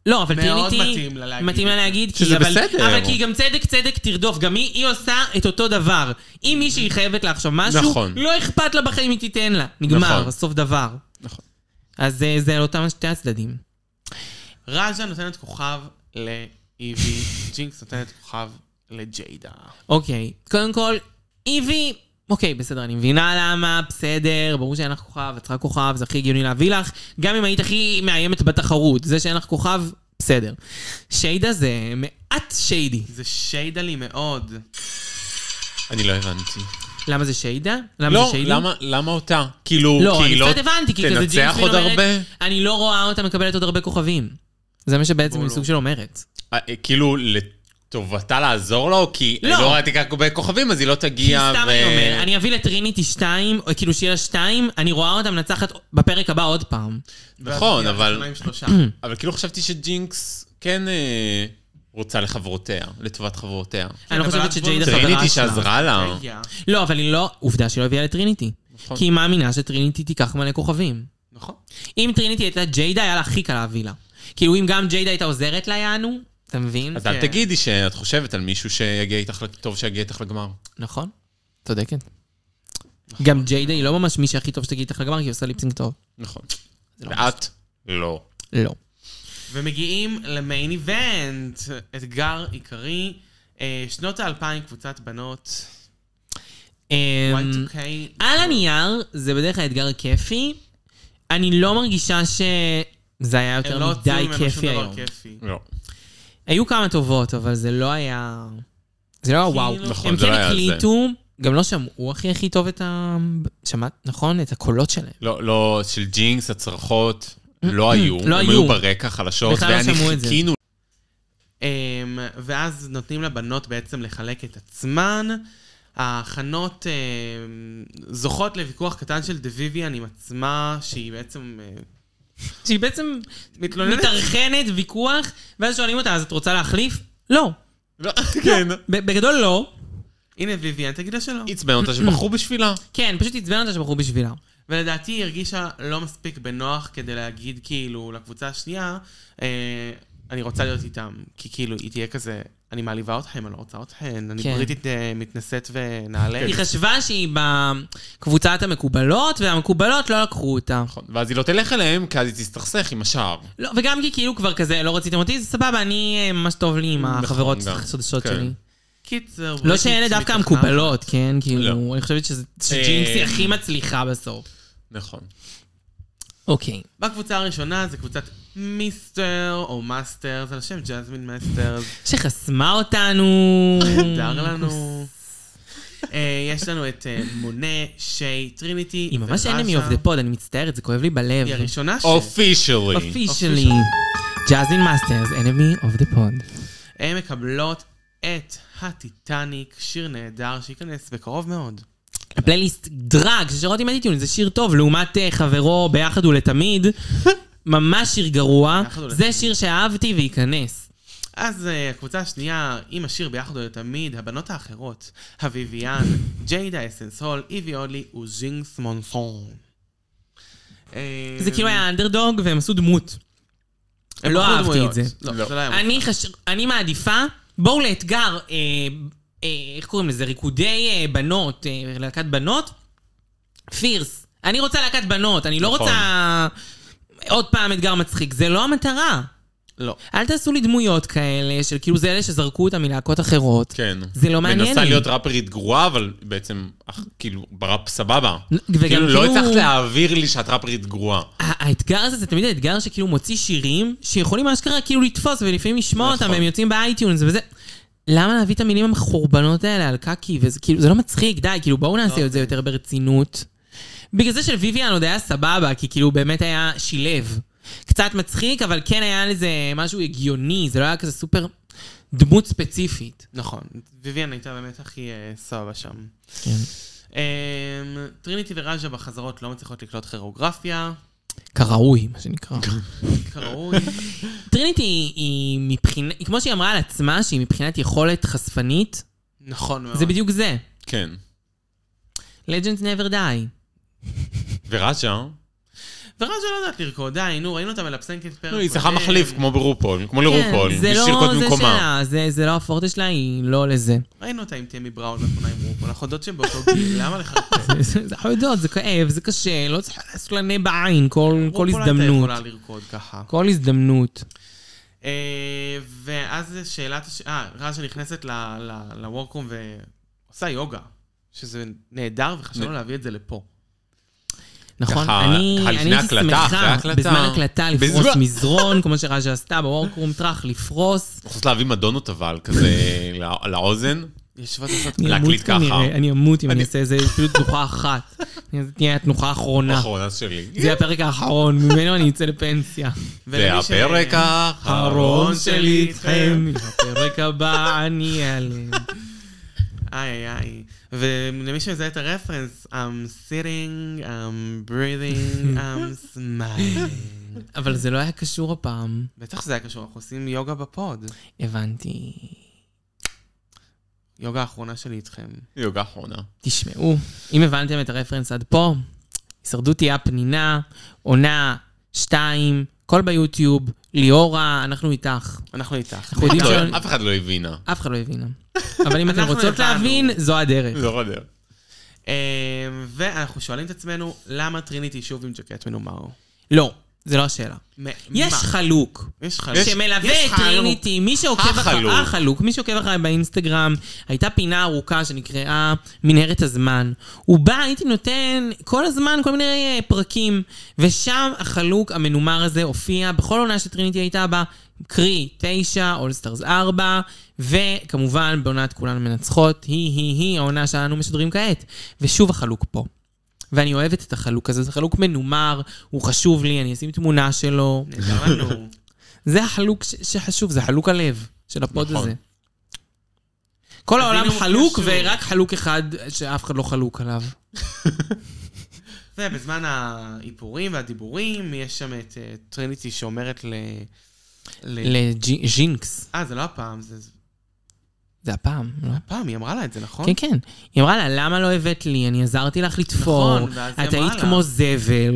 לא, אבל מאוד טריניטי... מתאים לה להגיד מתאים לה את זה. להגיד, כי... שזה אבל, בסדר. אבל כי גם צדק צדק תרדוף. גם היא, היא עושה את אותו דבר. אם מישהי חייבת לה עכשיו משהו, נכון. לא אכפת לה בחיים, היא תיתן לה. נגמר, נכון. סוף דבר. נכון. אז זה, זה על אותם שתי הצדדים. רג'ה נותנת כוכב לאיבי, ג'ינקס נותנת כוכב לג'יידה. אוקיי, קודם כל, איבי... אוקיי, בסדר, אני מבינה למה, בסדר, ברור שאין לך כוכב, את צריכה כוכב, זה הכי הגיוני להביא לך, גם אם היית הכי מאיימת בתחרות, זה שאין לך כוכב, בסדר. שיידה זה מעט שיידי. זה שיידה לי מאוד. אני לא הבנתי. למה זה שיידה? למה לא, זה שיידי? למה- למה אותה? כאילו, לא, כי אני היא לא קצת הבנתי, כי כזה תנצח ג'ינג'ווין עוד הרבה? אומרת, אני לא רואה אותה מקבלת עוד הרבה כוכבים. זה מה שבעצם בואו, היא סוג לא. של אומרת. אה, כאילו, לטובתה לעזור לה, או כי לא. לא ראיתי כך הרבה כוכבים, אז היא לא כי תגיע ו... סתם אני אומר, אני אביא לטריניטי 2, כאילו שיהיה לה 2, אני רואה אותה מנצחת בפרק הבא עוד פעם. נכון, ואז היא אבל- הראשונה עם שלושה. אבל כאילו חשבתי שג'ינקס כן אה, רוצה לחברותיה, לטובת חברותיה. אני לא אבל חושבת אז בואו שג'יידה נדבר- חברה טריניטי שלה. שעזרה לה. רגע. לא, אבל היא לא, עובדה שהיא לא הביאה לטריניטי. נכון. כי היא מאמינה שטריניטי תיקח מלא כוכבים. נכון. אם טריניטי הייתה ג'יידה, היה לה הכי קל להביא לה. כאילו אם גם ג'יידה הייתה עוזרת לה, יענו, אתה מבין? אז אל כן. תגידי שאת חושבת על מישהו שיגיע איתך, לג- טוב שיגיע איתך לגמר. נכון, צודקת. גם ג'יידה היא לא ממש מי שהכי טוב שתגיד איתך לגמר, כי היא עושה ליפסינג טוב. נכון. זה לא ואת? לא. לא. ומגיעים למיין איבנט, אתגר עיקרי, אה, שנות האלפיים, קבוצת בנות, אמ, Y2K. על הנייר, זה בדרך כלל אתגר כיפי. אני לא מרגישה שזה היה הם יותר לא הוציאו מדי ממנו שום כיפי דבר היום. כיפי. לא. היו כמה טובות, אבל זה לא היה... זה לא היה וואו. נכון, הם זה כן לא היה על זה. הקליטו, גם לא שמעו הכי הכי טוב את ה... שמעת, נכון? את הקולות שלהם. לא, לא, של ג'ינקס, הצרחות, לא היו. לא הם היו. היו ברקע חלשות, בכלל לא ואני שמעו את זה. חיכינו אמ, ואז נותנים לבנות בעצם לחלק את עצמן. ההכנות אמ, זוכות לוויכוח קטן של דה ויויאן עם עצמה, שהיא בעצם אה, שהיא בעצם מתלוננת. מתארכנת ויכוח, ואז שואלים אותה, אז את רוצה להחליף? לא. [laughs] לא, כן. ב- בגדול לא. הנה ויויאן, תגיד לה שלא. עצבן אותה שבחרו בשבילה. כן, פשוט עצבן אותה שבחרו בשבילה. ולדעתי היא הרגישה לא מספיק בנוח כדי להגיד כאילו לקבוצה השנייה, אה, אני רוצה להיות איתם. כי כאילו היא תהיה כזה, אני מעליבה אתכם, אני לא רוצה אתכן, אני כן. בריטית אה, מתנשאת כן. ונעלה. היא חשבה שהיא בקבוצת המקובלות, והמקובלות לא לקחו אותה. נכון. ואז היא לא תלך אליהם, כי אז היא תסתכסך עם השאר. לא, וגם כי כאילו כבר כזה, לא רציתם אותי, זה סבבה, אני אה, ממש טוב לי עם החברות נכון, גם. החדשות כן. שלי. קיצר, לא בריטית שאלה דווקא מתכנעת. המקובלות, כן? כאילו, לא. אני חושבת שזה- שג'ינקס היא אה, הכי מצליחה בסוף. נכון. אוקיי. בקבוצה הראשונה זה קבוצת מיסטר או מאסטרס, על שם ג'זמין [laughs] מאסטרס, שחסמה אותנו. דר [laughs] לנו. אה, יש לנו את אה, מונה, שיי, טריניטי היא ממש וראז'ה. enemy of the pod, אני מצטערת, זה כואב לי בלב. היא הראשונה ש... אופישלי. אופישלי. ג'אזין מאסטרס, enemy of the pod. הן מקבלות את הטיטניק, שיר נהדר שייכנס בקרוב מאוד. הפלייליסט דרג ששרות עם אדיטיון, זה שיר טוב, לעומת אה, חברו ביחד [laughs] ולתמיד. ממש שיר גרוע. ביחד ולתמיד. זה שיר שאהבתי וייכנס. אז אה, הקבוצה השנייה, עם השיר ביחד ולתמיד, הבנות האחרות, הוויביאן, ג'יידה אסנס הול, איבי אודלי וז'ינגס מונסון. אה, זה כאילו היה אנדרדוג והם עשו דמות. הם לא בחרו אהבתי דמויות. את זה. לא, לא. זה לא היה מוצלח. אני, חש... אני מעדיפה, בואו לאתגר, אה, אה, איך קוראים לזה? ריקודי אה, בנות, אה, להקת בנות, פירס. אני רוצה להקת בנות, אני לא נכון. רוצה עוד פעם אתגר מצחיק, זה לא המטרה. לא. אל תעשו לי דמויות כאלה, של כאילו זה אלה שזרקו אותה מלהקות אחרות. כן. זה לא מעניין מנסה לי. להיות ראפרית גרועה, אבל בעצם, אך, כאילו, בראפ סבבה. וגם כאילו, לא כאילו- הצלחת להעביר לי שאת ראפרית גרועה. ה- האתגר הזה זה תמיד האתגר שכאילו מוציא שירים שיכולים אשכרה כאילו לתפוס ולפעמים לשמוע נכון. אותם והם יוצאים באייטיונס וזה. למה להביא את המילים המחורבנות האלה על קקי וזה כאילו זה לא מצחיק די כאילו בואו נעשה את זה יותר ברצינות. בגלל זה של ויויאן עוד היה סבבה כי כאילו באמת היה שילב. קצת מצחיק אבל כן היה לזה משהו הגיוני זה לא היה כזה סופר דמות ספציפית. נכון. ויויאן הייתה באמת הכי אה, סבבה שם. כן. אה, טריניטי וראז'ה בחזרות לא מצליחות לקלוט כירוגרפיה, כראוי מה שנקרא. [laughs] כראוי. טריניטי היא- היא מבחינת כמו שהיא אמרה על עצמה שהיא מבחינת יכולת חשפנית נכון מאוד. זה בדיוק זה. כן. Legends never die. וראז'ה, ורז'ה לא יודעת לרקוד, די, נו, ראינו אותה מלפסנקת פרק. נו, היא צריכה קודם. מחליף, כמו ברופול, כמו לרופול, זה בשביל לרקוד לא זה במקומה. שלה, זה- זה לא הפורטה שלה, היא לא לזה. ראינו אותה עם תמי בראון, לאחרונה עם רופול, החודות שהן באותו [laughs] גיל, למה לחרטט? זה זה חודות, זה כאב, זה קשה, לא צריך לעשות לה נה בעין כל כל הזדמנות. רופול הייתה לא, יכולה לרקוד ככה. כל הזדמנות. אה, ואז שאלת... הש- אה, רז'ה נכנסת ל- ל- לוורקרום ועושה יוגה, שזה נהדר, וחשבנו נ- להביא את זה לפה. נכון, ככה, אני ככה אני לפני הייתי הקלטה, אחרי שמחה הקלטה. בזמן הקלטה לפרוס בזמן- מזרון, כמו שרז'ה עשתה בוורקרום טראח, לפרוס. יכולת להביא מדונות אבל, כזה לא- לאוזן. יושבות לעשות... אני להקליט אמות כנראה, ככה. אני אמות אם אני אעשה איזה אפילו תנוחה [laughs] אחת. זה תהיה התנוחה האחרונה. אחרונה שלי. זה הפרק האחרון, ממנו אני אצא לפנסיה. זה ולמי ש- הפרק האחרון הארון שלי שלי איתכם. איתכם, [laughs] הפרק הבא אני אעלם. איי איי. ולמי שמזהה את הרפרנס, I'm sitting, I'm breathing, I'm smiling. אבל זה לא היה קשור הפעם, בטח זה היה קשור, אנחנו עושים יוגה בפוד. הבנתי. יוגה האחרונה שלי איתכם. יוגה אחרונה. תשמעו, אם הבנתם את הרפרנס עד פה, הישרדות תהיה הפנינה, עונה, שתיים, הכל ביוטיוב, ליאורה, אנחנו איתך. אנחנו איתך. אנחנו יודעים לא, ש... אף אחד לא הבינה. אף אחד לא הבינה. אבל אם אתן אנחנו רוצות הבנו. להבין, זו הדרך. לא יודע. אמ, ואנחנו שואלים את עצמנו, למה טריניטי שוב עם ג'קט מנומר? לא, זה לא השאלה. מ- יש מה? חלוק. יש חלק. שמלווה את טריניטי, מי שעוקב החלוק. אחריי, החלוק, מי שעוקב אחריי באינסטגרם, הייתה פינה ארוכה שנקראה מנהרת הזמן. הוא בא, הייתי נותן כל הזמן כל מיני אה, פרקים, ושם החלוק המנומר הזה הופיע בכל עונה שטריניטי הייתה בה, קרי 9, אולסטארס 4, וכמובן בעונת כולנו מנצחות, היא היא היא העונה שאנו משדרים כעת. ושוב החלוק פה. ואני אוהבת את החלוק הזה, זה חלוק מנומר, הוא חשוב לי, אני אשים תמונה שלו. נהדר לנו. זה החלוק ש- שחשוב, זה חלוק הלב של הפוד נכון. הזה. כל העולם הנה הוא חלוק, קשור. ורק חלוק אחד שאף אחד לא חלוק עליו. ובזמן האיפורים והדיבורים, יש שם את אה, טריניטי שאומרת ל... ל- לג'ינקס, אה, זה לא הפעם, זה... זה הפעם, לא? הפעם, היא אמרה לה את זה, נכון? כן, כן. היא אמרה לה, למה לא הבאת לי? אני עזרתי לך לתפור. נכון, ואז היא את אמרה היית לה. כן. כמו זבל,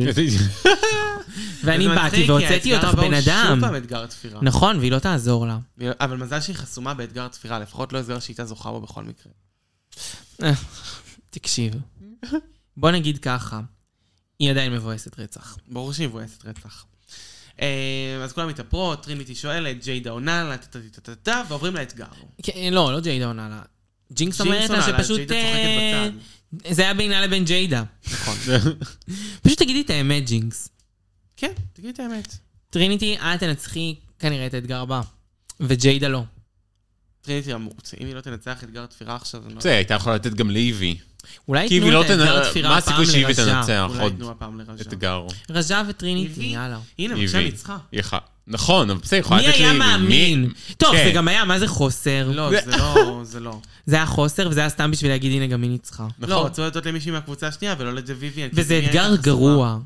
ואני וזה מצחיק, באתי כי והוצאתי האתגר אותך הבא הוא בן אדם. שוב פעם אתגר תפירה. נכון, והיא לא תעזור לה. אבל מזל שהיא חסומה באתגר תפירה, לפחות לא הסגר שהיא הייתה זוכה בו בכל מקרה. [laughs] תקשיב. בוא נגיד ככה, היא עדיין מבואסת רצח. ברור שהיא מבואסת רצח. אה, אז כולם מתאפרות, טריניטי שואלת, ג'יידה עונה לה, טה טה טה טה טה, ועוברים לאתגר. כן, לא, לא ג'יידה עונה לה. ג'ינקס אומרת לה ג'ימסון עלה, שפשוט... ג'יידה אה, צוחקת בצד. זה היה בינה לבין ג'יידה. נכון. [laughs] פשוט תגידי את האמת, ג'ינקס. כן, תגידי את האמת. טריניטי, את תנצחי כנראה את האתגר הבא. וג'יידה לא. טריניטי אמורץ, אם היא לא תנצח אתגר תפירה עכשיו, אני לא זה, הייתה יכולה לתת גם לאיבי. אולי כי אם היא ייתנו לא את האתגר תנצח, תפירה מה הפעם הסיכוי שאיבי לרז'ה. תנצח אולי עוד ייתנו הפעם לרז'ה. אתגר? רז'ה וטריניטי, איבי. יאללה. הנה, איבי. בבקשה [laughs] ניצחה. היא יכולה- נכון, אבל בסדר, יכולה מי לתת לאיבי. היה מאמין? טוב, כן. זה [laughs] גם היה, מה זה חוסר? לא, זה לא, זה לא. זה היה חוסר, וזה היה סתם בשביל להגיד, הנה, גם היא ניצחה. נכון. לא, רצו לתת למישהי מהקבוצה השנייה ולא לדוויביאן. כי וזה ויויאן אתגר הייתה חסומה. גרוע.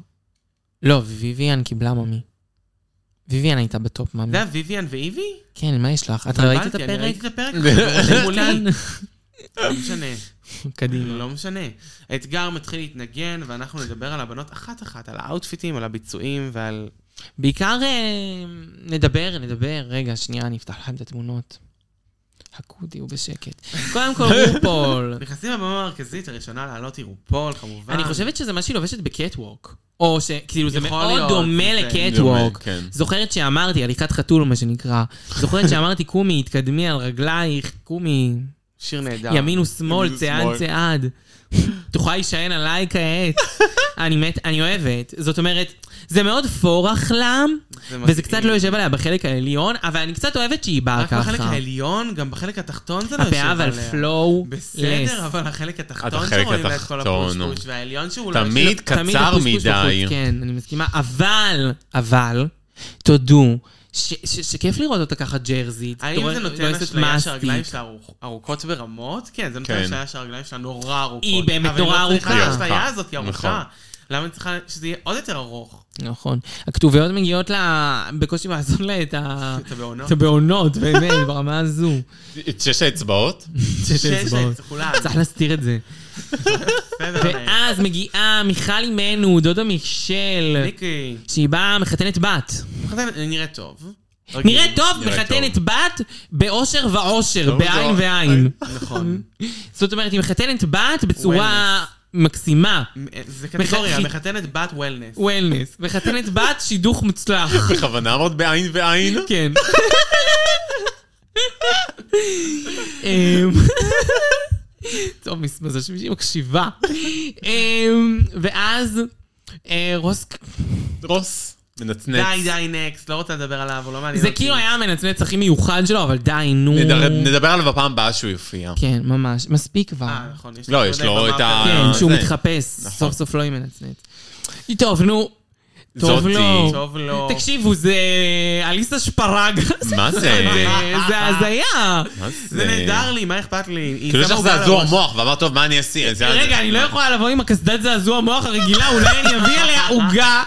לא, ויויאן קיבלה ממי. ויויאן הייתה בטופ ממי. זה היה ויויאן ואיבי? כן, מה יש לך? את ראית את הבנתי, אני הפרק? ראיתי את [laughs] הפרק. זה מולי. כאן. לא משנה. [laughs] קדימה. לא משנה. האתגר מתחיל להתנגן, ואנחנו נדבר על הבנות אחת-אחת, על האוטפיטים, על הביצועים ועל... בעיקר אה, נדבר, נדבר. רגע, שנייה, אני אפתח לכם את התמונות. חכו, תהיו בשקט. קודם [laughs] כל, רופול. נכנסים לבמה המרכזית, הראשונה לעלות היא רופול, כמובן. אני חושבת שזה מה שהיא לובשת בקטווק. או שכאילו זה יכול מאוד להיות, דומה זה דומה, לקטווק. כן. זוכרת שאמרתי, הליכת חתול מה שנקרא. זוכרת שאמרתי, קומי, התקדמי על רגלייך, קומי, שיר נהדר. ימין ושמאל, ימין צעד ושמאל. צעד. את יכולה להישען עליי [laughs] כעת. אני מת, אני אוהבת. זאת אומרת, זה מאוד פורח לה, וזה מדהים. קצת לא יושב עליה בחלק העליון, אבל אני קצת אוהבת שהיא באה רק ככה. בחלק העליון, גם בחלק התחתון זה לא יושב הפאה עליה. אבל פלואו. בסדר, אבל החלק התחתון החלק שרואים לה את כל התחתון, הפושטוש, והעליון שהוא לא... תמיד קצר מדי. כן, אני מסכימה. אבל, אבל, תודו, ש- ש- שכיף לראות אותה ככה ג'רזית. האם דורסת- זה נותן דורסת אשליה מסטיק. שהרגליים שלה ארוכ- ארוכות ברמות? כן, זה נותן כן. אשליה שהרגליים שלה נורא ארוכות. היא באמת אבל נורא לא צריכה את ארוכה. האשליה הזאת, היא נכון. ארוכה. למה אני צריכה שזה יהיה עוד יותר ארוך? נכון. הכתוביות מגיעות ל... בקושי לעשות לה את ה... את הבעונות. את הבעונות, באמת, [laughs] ברמה הזו. את שש האצבעות? שש אצבעות. כולם. צריך להסתיר [laughs] את זה. בסדר, נעים. ואז מגיעה מיכל אימנו, דודה מישל, ניקי, שהיא באה מחתנת בת. מחתן- נראה טוב. רגיל. נראה טוב, נראה לא, מחתנת בת באושר ועושר, בעין ועין. נכון. זאת אומרת, היא מחתנת בת בצורה מקסימה. זה קטגוריה, מחת- מחתנת בת וולנס. וולנס. מחתנת בת, שידוך מוצלח. [laughs] בכוונה אמרת בעין [laughs] ועין? כן. אמ, טוב, מס- מזל שמישהי מקשיבה. אמ, ואז אה, רוס... רוס. מנצנץ. די, די, נקסט, לא רוצה לדבר עליו, הוא לא מעניין זה כאילו היה המנצנץ הכי מיוחד שלו, אבל די, נו. נדבר- נדבר עליו בפעם הבאה שהוא יופיע. כן, ממש. מספיק כבר. אה, נכון, יש לא, יש לו במה את ה- כזה. כן, שהוא זה. נכון. מתחפש. סוף סוף לא עם מנצנץ. טוב, נו. טוב זאתי. לו. טוב לא. לו. תקשיבו, זה אליסה שפרגה. [laughs] מה זה? אה, זה הזיה. מה זה? זה נהדר לי, מה אכפת לי? היא כאילו יש שמה לך עוגה על זעזוע הראש. מוח, ואמרת, טוב, מה אני אעשה? זה- רגע, אני לא יכולה לבוא עם הקסדת זעזוע מוח הרגילה, אולי אני אביא [laughs] עליה עוגה.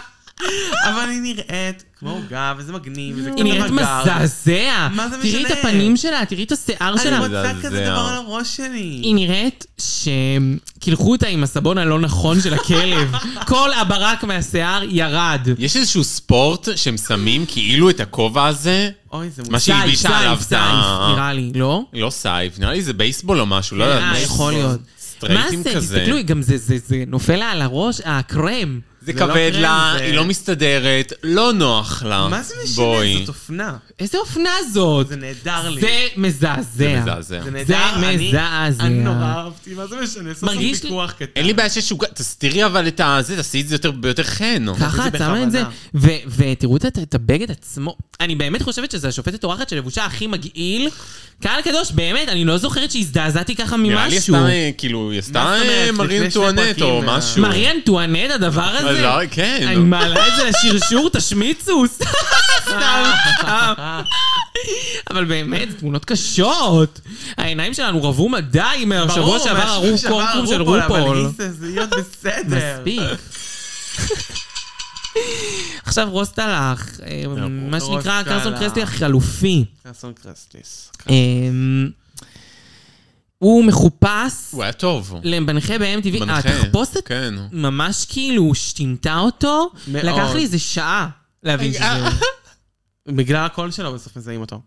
אבל היא נראית כמו עוגה, וזה מגניב, וזה היא כאילו נראית מזעזע. מה זה תראי את משנה? הפנים שלה, תראי את השיער אני שלה. רוצה כזה מזעזע. דבר על הראש שלי. היא נראית שקילחו אותה עם הסבון הלא נכון של הכלב. [laughs] כל הברק מהשיער ירד. יש איזשהו ספורט שהם שמים כאילו את הכובע הזה? אוי, זה מה מוזר. ש- שהיא הלבישה עליו את ה- נראה לי, לא? לא סייף, נראה לי זה בייסבול או משהו, לא יודעת. אה, משהו יכול להיות. מה סטרייטים זה? כזה. תסתכלו, היא גם זה, זה, זה נופל לה על הראש, הקרם. זה זה לא כבד קרם, לה, זה- היא לא מסתדרת, לא נוח לה. מה זה משנה? בואי. זאת אופנה. איזה אופנה זאת. זה נהדר לי. זה מזעזע. זה מזעזע. זה נהדר, זה אני- מזעזע. אני נורא אהבתי, מה זה משנה? סוף סוף מרגיש לי- ויכוח קטן. אין לי בעיה שיש עוגה, תסתירי אבל את הזה, תעשי את זה יותר ביותר חן. ככה זה את שמה את זה, בכוונה. ו- ותראו את- את הבגד עצמו. אני באמת חושבת שזה השופטת אורחת שלבושה הכי מגעיל. קהל קדוש, באמת, אני לא זוכרת שהזדעזעתי ככה נראה לי ממשהו. עשתה, אה, כאילו, היא עשתה מה זאת אה, אומרת? מרין לפני שני טואנט פרקים, או אה, משהו. מרי אנטואנט, הדבר אז הזה? לא, כן. אני מעלה את זה לשרשור, תשמיצו, סתם, סתם, סתם. אבל באמת, זה תמונות קשות. העיניים שלנו רבו מדי מהשבוע שעבר הרוב קורקום של רופול. זה להיות בסדר. מספיק. [laughs] עכשיו רוס תלך, אה, מה רוס שנקרא תלך. קרסון קרסטי החלופי. אסון קרסטיס. אמ, הוא מחופש הוא היה טוב. למנחה בהם טבעי. מנחה, התחפושת כן. ממש כאילו שתינתה אותו, מאוד. לקח לי איזה שעה להבין שזה... בגלל הקול שלו בסוף מזהים אותו.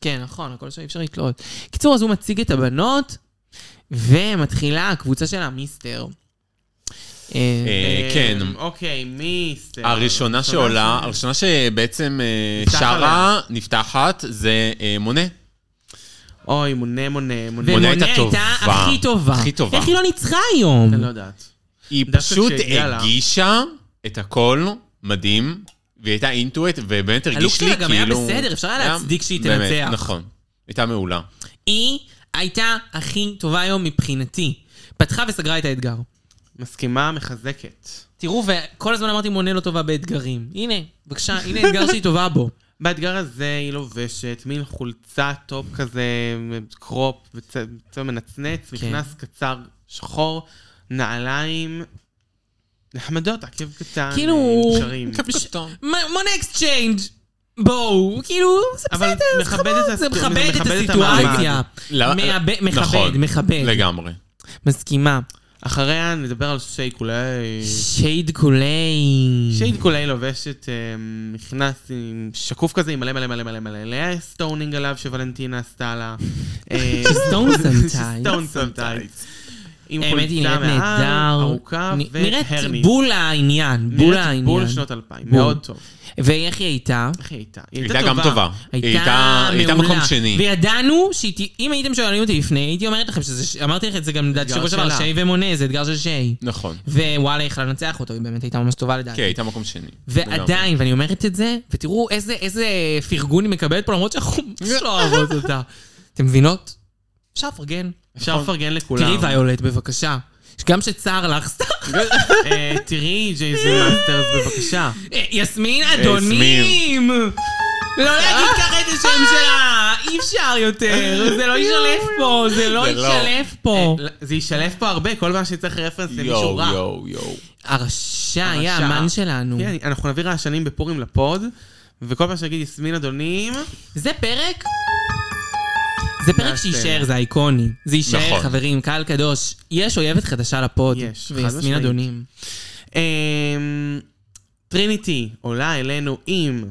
כן, נכון, הכל שם אי אפשר לתלות. קיצור, אז הוא מציג את הבנות, ומתחילה הקבוצה של המיסטר. אה, אה, כן. אמ, אוקיי, מיסטר. הראשונה שעולה, ש- הראשונה שבעצם אה, נפתח שרה, עליה. נפתחת, זה אה, מונה. אוי, מונה, מונה, מונה. מונה ומונה הייתה הייתה טובה. הכי טובה. הכי טובה. איך היא לא ניצחה היום? אני לא יודעת. היא דווקא פשוט כשהגיעה לה. הגישה את הכל מדהים, והיא הייתה אינטואט, ובאמת הרגיש לי הלוק כאילו... שלה גם היה בסדר, אפשר היה היה- להצדיק שהיא באמת, תנצח. נכון. הייתה מעולה. היא הייתה הכי טובה היום מבחינתי. פתחה וסגרה את האתגר. מסכימה, מחזקת. תראו, וכל הזמן אמרתי מונה לא טובה באתגרים. הנה, בבקשה, הנה אתגר שהיא טובה בו. באתגר הזה היא לובשת מין חולצה טופ כזה, קרופ, וצבע מנצנץ, כן. מכנס קצר שחור, נעליים נחמדות, עקב קטן, אה, כאילו- קשרים. ש- מ- מונה אקסצ'יינג'. בואו, כאילו, זה אבל בסדר, זה מכבד חמוד, את זה הס- מכבד זה את מכבד את הסיטואציה. לא- מאבד- מכבד, נכון, מכבד. לגמרי. מסכימה. אחריה נדבר על שייק אולי. שייד קולי. שייד קולי לובשת אה, מכנס עם שקוף כזה עם מלא מלא מלא מלא מלא מלא סטונינג עליו שוולנטינה [laughs] עשתה לה. אה, [laughs] סטון סמטייט. סטון סמטייט. עם האמת היא חולצה נראית מעל, נהדר. ארוכה נ- נראית והרניס. בול העניין, בול נראית בול העניין. שנות אלפיים, בול. מאוד טוב. ואיך היא הייתה? איך היא הייתה? היא הייתה גם טובה. היא הייתה היא הייתה מקום שני. וידענו שהיא, ת- אם הייתם שואלים אותי לפני, הייתי אומרת לכם שזה, ש- אמרתי לך את זה גם לדעת אתגר שבוע שעבר, שלה. שיי ומונה, זה אתגר של שיי. נכון. ווואלה, היא יכלה לנצח אותו, היא באמת הייתה ממש טובה לדעתי. כן, הייתה מקום שני. לגמרי. ועדיין, ואני אומרת את זה, ותראו איזה, איזה פרגון היא מקבלת פה, למרות שאנחנו ממש לא אוהבות אותה. אתם מבינות? אפשר לפרגן. אפשר לפרגן לכולם. נכון. תראי ויולט, בבקשה. גם שצר לך, סתם. אה, תראי ג'ייזי [laughs] מאסטרס בבקשה. אה, יסמין אדונים! לא להגיד ככה את השם שלה, אי אפשר יותר, זה לא ישלף פה, זה לא זה לא. ישלף פה. אה, זה ישלף פה הרבה, כל פעם שצריך רפרנס למישהו יואו, רע. יואו, יואו. הרשע היה הרשע. האמן שלנו. כן, אנחנו נביא רעשנים בפורים לפוד, וכל פעם שנגיד יסמין אדונים, זה פרק? זה פרק מהסצנה. שיישאר, זה איקוני. זה יישאר, נכון. חברים, קהל קדוש. יש אויבת חדשה לפוד. יש, חד ויסמין משמעית. אדונים. אמ, טריניטי עולה אלינו עם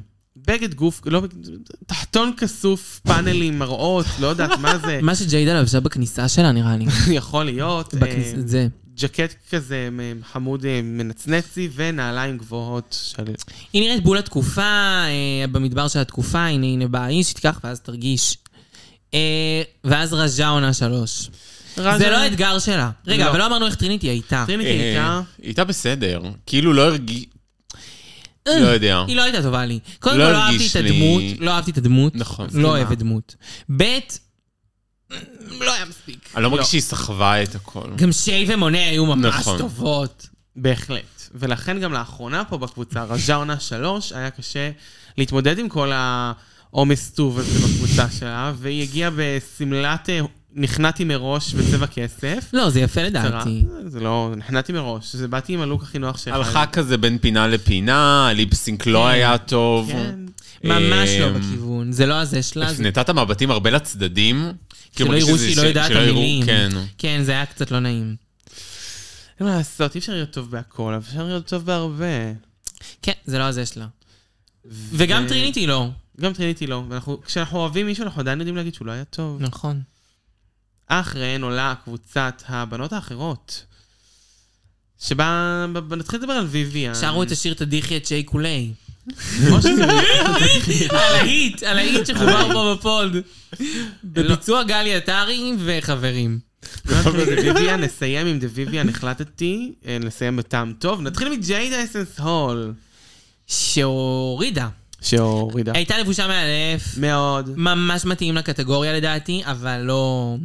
בגד גוף, לא, בגד- תחתון כסוף, [laughs] פאנלים, מראות, לא יודעת מה זה, מה שג'יידה לבשה בכניסה שלה, נראה אה, לי. יכול להיות. בכניסה, אמ, זה. ג'קט כזה אמ, חמוד אמ, מנצנצי ונעליים גבוהות של... היא נראית בול התקופה, אה, במדבר של התקופה, הנה הנה בא האיש, תיקח ואז תרגיש. אה, ואז רז'ה עונה שלוש. זה לא האתגר שלה. רגע, לא. אבל לא אמרנו איך טריניטי הייתה. טריניטי אה, הייתה... הייתה בסדר. כאילו לא הרגיש... אה, לא יודע. היא לא הייתה טובה לי. קודם לא כל, לא אהבתי הרגיש את לי- הדמות, לא אהבתי את הדמות. נכון. לא אוהבת דמות. ב', לא היה מספיק. אני לא מרגיש שהיא סחבה את הכל. גם שיי ומונה היו ממש נכון. טובות. בהחלט. ולכן גם לאחרונה פה בקבוצה, רג'ה עונה שלוש, היה קשה להתמודד עם כל העומס טוב הזה בקבוצה שלה, והיא הגיעה בשמלת אה, נכנעתי מראש בצבע כסף. לא, זה יפה לדעתי. קצרה. זה לא, נכנעתי מראש, זה באתי עם הלוק הכי נוח שלך. כן. הלכה כזה בין פינה לפינה, הליפסינק לא היה טוב. כן. ממש לא אמ, בכיוון. זה לא הזה שלה. זה- הפנתה את המבטים הרבה לצדדים. שלא כאילו מרגיש יראו שזה שהיא לא ש- יודעת את שלא יראו, המילים. כן. כן, זה היה קצת לא נעים. אין כן, מה לעשות, אי אפשר להיות טוב בהכל, אבל אפשר להיות טוב בהרבה. כן, זה לא הזה שלה. וגם טריניטי לא. גם טריניטי לא. ואנחנו, כשאנחנו אוהבים מישהו, אנחנו עדיין יודעים להגיד שהוא לא היה טוב. נכון. אחריהן עולה קבוצת הבנות האחרות. שבה, ב- ב- נתחיל לדבר על ויויאן. שרו את השיר תדיחי את שיי קולי. [laughs] כמו שזה- על ההיט, על ההיט שחובר פה בפוד. לא. בביצוע גלי עטרי וחברים. אנחנו דה ויויאן, נסיים עם דה ויויאן, החלטתי אה, לסיים בטעם טוב. נתחיל מג'יידה אסנס הול. שהורידה. שהורידה. הייתה לבושה מאלף. מאוד. ממש מתאים לקטגוריה לדעתי, אבל לא...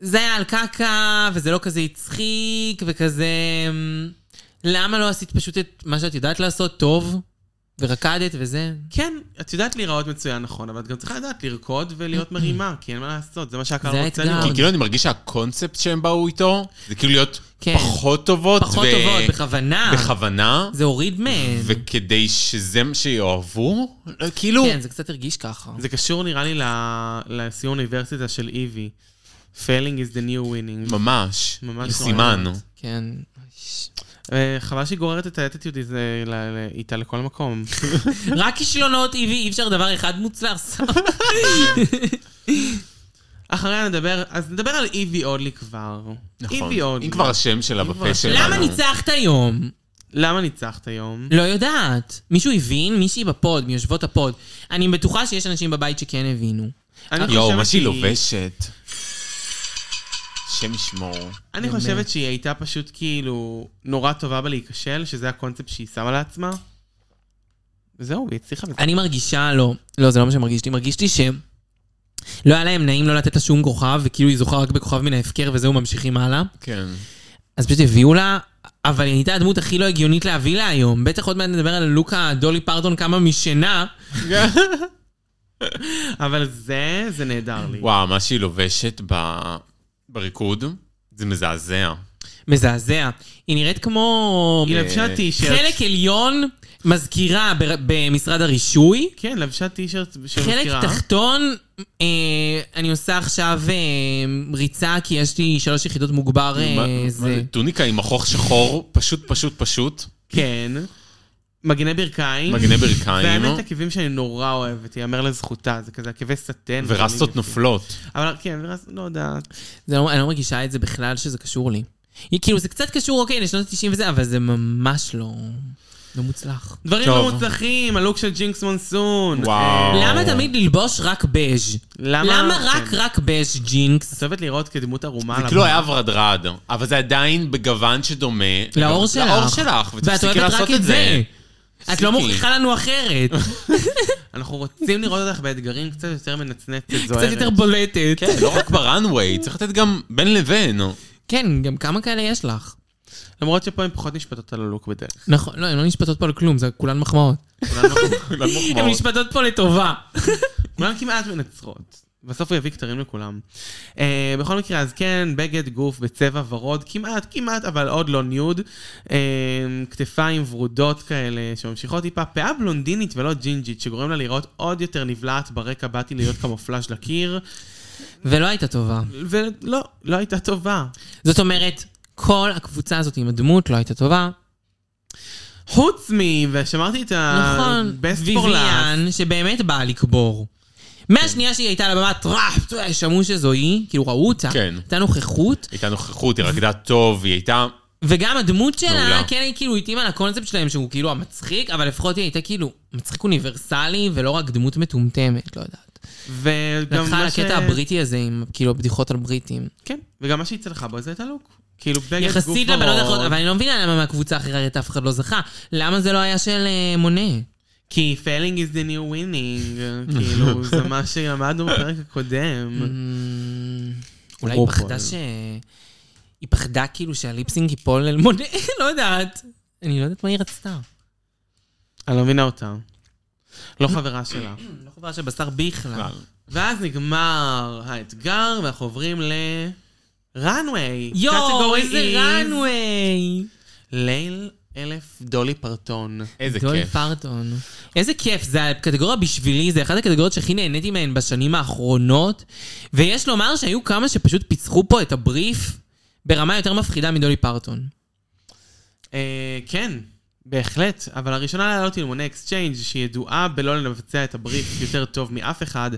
זה היה על קקה, וזה לא כזה הצחיק, וכזה... אמ, למה לא עשית פשוט את מה שאת יודעת לעשות טוב, ורקדת וזה? כן, את יודעת להיראות מצוין, נכון, אבל את גם צריכה לדעת לרקוד ולהיות מרימה, כי אין מה לעשות, זה מה זה שהקהל רוצה האתגר. כי לראות. כאילו אני מרגיש שהקונספט שהם באו איתו, זה כאילו להיות כן. פחות טובות. פחות ו- טובות, בכוונה. בכוונה. זה הוריד מהן. וכדי שזה מה שיאהבו, לא, כאילו... כן, זה קצת הרגיש ככה. זה קשור נראה לי ל- לסיום האוניברסיטה של איבי. Failing is the new winning. ממש. ממש ממש סימן. נורא. כן. אה, חבל שהיא גוררת את האטיטיוד הזה ל- ל- איתה לכל מקום. רק כישלונות, איבי, אי אפשר דבר אחד מוצלח. אחריה נדבר, אז נדבר על איבי אודלי כבר. נכון. איבי אודלי. אם כבר השם שלה בפה כבר- שלנו. למה ניצחת היום? למה ניצחת היום? לא יודעת. מישהו הבין? מישהי בפוד, מיושבות הפוד. אני בטוחה שיש אנשים בבית שכן הבינו. אני יואו, חושבת מה שהיא שהיא- לובשת. השם ישמור. אני חושבת שהיא הייתה פשוט כאילו נורא טובה בלהיכשל, שזה הקונספט שהיא שמה לעצמה. וזהו, היא הצליחה בזה. אני מרגישה, לא, לא, זה לא מה שמרגיש לי. מרגיש לי שהם... לא היה להם נעים לא לתת לה שום כוכב, וכאילו היא זוכה רק בכוכב מן ההפקר, וזהו, ממשיכים הלאה. כן. אז פשוט הביאו לה, אבל היא הייתה הדמות הכי לא הגיונית להביא לה היום. בטח עוד מעט נדבר על לוקה דולי פרטון קמה משינה. אבל זה, זה נהדר לי. וואו, מה שהיא לובשת ב... בריקוד, זה מזעזע. מזעזע. היא נראית כמו... היא אה. לבשה טישרט. חלק עליון מזכירה בר- במשרד הרישוי. כן, לבשה טישרט חלק שמזכירה. תחתון, אה, אני עושה עכשיו אה, ריצה כי יש לי שלוש יחידות מוגבר אה, מה- מה זה. זה? טוניקה עם מכוך שחור, פשוט, פשוט, פשוט. כן. מגני ברכיים. מגני ברכיים. לא? והאמת, עקבים שאני נורא אוהבת, ייאמר לזכותה, זה כזה עקבי סטן. ורסות נופלות. אבל כן, ורסות, לא יודעת. זה לא, אני לא מרגישה את זה בכלל שזה קשור לי. היא כאילו זה קצת קשור אוקיי לשנות ה-90 וזה, אבל זה ממש לא, לא מוצלח. דברים טוב. לא מוצלחים, הלוק של ג'ינקס מונסון. אה, וואו. למה תמיד ללבוש רק בז'? למה- למה רק כן. רק בז' ג'ינקס? את אוהבת לראות כדמות ערומה. על זה כאילו הבמה. היה ורדרד, אבל זה עדיין בגוון שדומה... לאור שלך. לאור שלך, ואת ותפסיקי אוהבת לעשות רק את זה. את לא תפסיקי. מוכיחה לנו אחרת. אנחנו רוצים לראות אותך באתגרים קצת יותר מנצנצת, זוהרת. קצת יותר בולטת. [laughs] כן, לא רק בראנוויי, צריך לתת גם בין לבין. כן, גם כמה כאלה יש לך. למרות שפה הן פחות נשפטות על הלוק בדרך. נכון, לא, הן לא נשפטות פה לכלום, זה כולן מחמאות. כולן לא- כולן הן מחמאות. נשפטות פה לטובה. כולן כמעט מנצחות. בסוף הוא יביא כתרים לכולם. אה, בכל מקרה, אז כן, בגד גוף בצבע ורוד, כמעט, כמעט, אבל עוד לא ניוד. אה, כתפיים ורודות כאלה שממשיכות טיפה. פאה בלונדינית ולא ג'ינג'ית, שגורם לה לראות עוד יותר נבלעת ברקע, באתי להיות כמופלז' לקיר. ולא הייתה טובה. ולא, לא הייתה טובה. זאת אומרת, כל הקבוצה הזאת עם הדמות לא הייתה טובה. חוץ מ... ושמרתי את ה... נכון, best for last. ויויאן, שבאמת באה לקבור. מהשנייה שהיא הייתה על הבמה, טראפ, אתה יודע, שמעו שזו היא, כאילו ראו אותה. כן. הייתה נוכחות, הייתה נוכחות, היא רקדה טוב, היא הייתה... וגם הדמות שלה, מעולה. כן, היא כאילו התאימה לקונספט שלהם, שהוא כאילו המצחיק, אבל לפחות היא הייתה כאילו מצחיק אוניברסלי, ולא רק דמות מטומטמת, לא יודעת. וגם לקחה על מה ש... הקטע הבריטי הזה, עם כאילו הבדיחות על בריטים. כן, וגם מה שהיא צלחה בו זה את הלוק. כאילו בגד גוף יחסית לבנות ורוד. אחרות, אבל אני לא מבינה למה מהקבוצה האחרת אף אחד לא זכה. למה זה לא היה של אה, מונה? כי failing is the new winning, [laughs] כאילו, זה מה שלמדנו בפרק הקודם. אולי היא רופול. פחדה ש... היא פחדה כאילו שהליפסינג ייפול אל מונה, [laughs] לא יודעת. אני לא יודעת מה היא רצתה. אני לא מבינה אותה. לא חברה שלה. לא חובה שבשר ביכלה. ואז נגמר האתגר, ואנחנו עוברים ל... runway. יואו, Category איזה is ראנוויי! ליל אלף דולי פרטון. איזה דול כיף. פרטון. איזה כיף, זה הקטגוריה בשבילי, זה אחת הקטגוריות שהכי נהניתי מהן בשנים האחרונות, ויש לומר שהיו כמה שפשוט פיצחו פה את הבריף ברמה יותר מפחידה מדולי פרטון. אה, כן, בהחלט. אבל הראשונה לעלות היא למוני אקסצ'יינג', שהיא ידועה בלא לבצע את הבריף יותר טוב מאף אחד.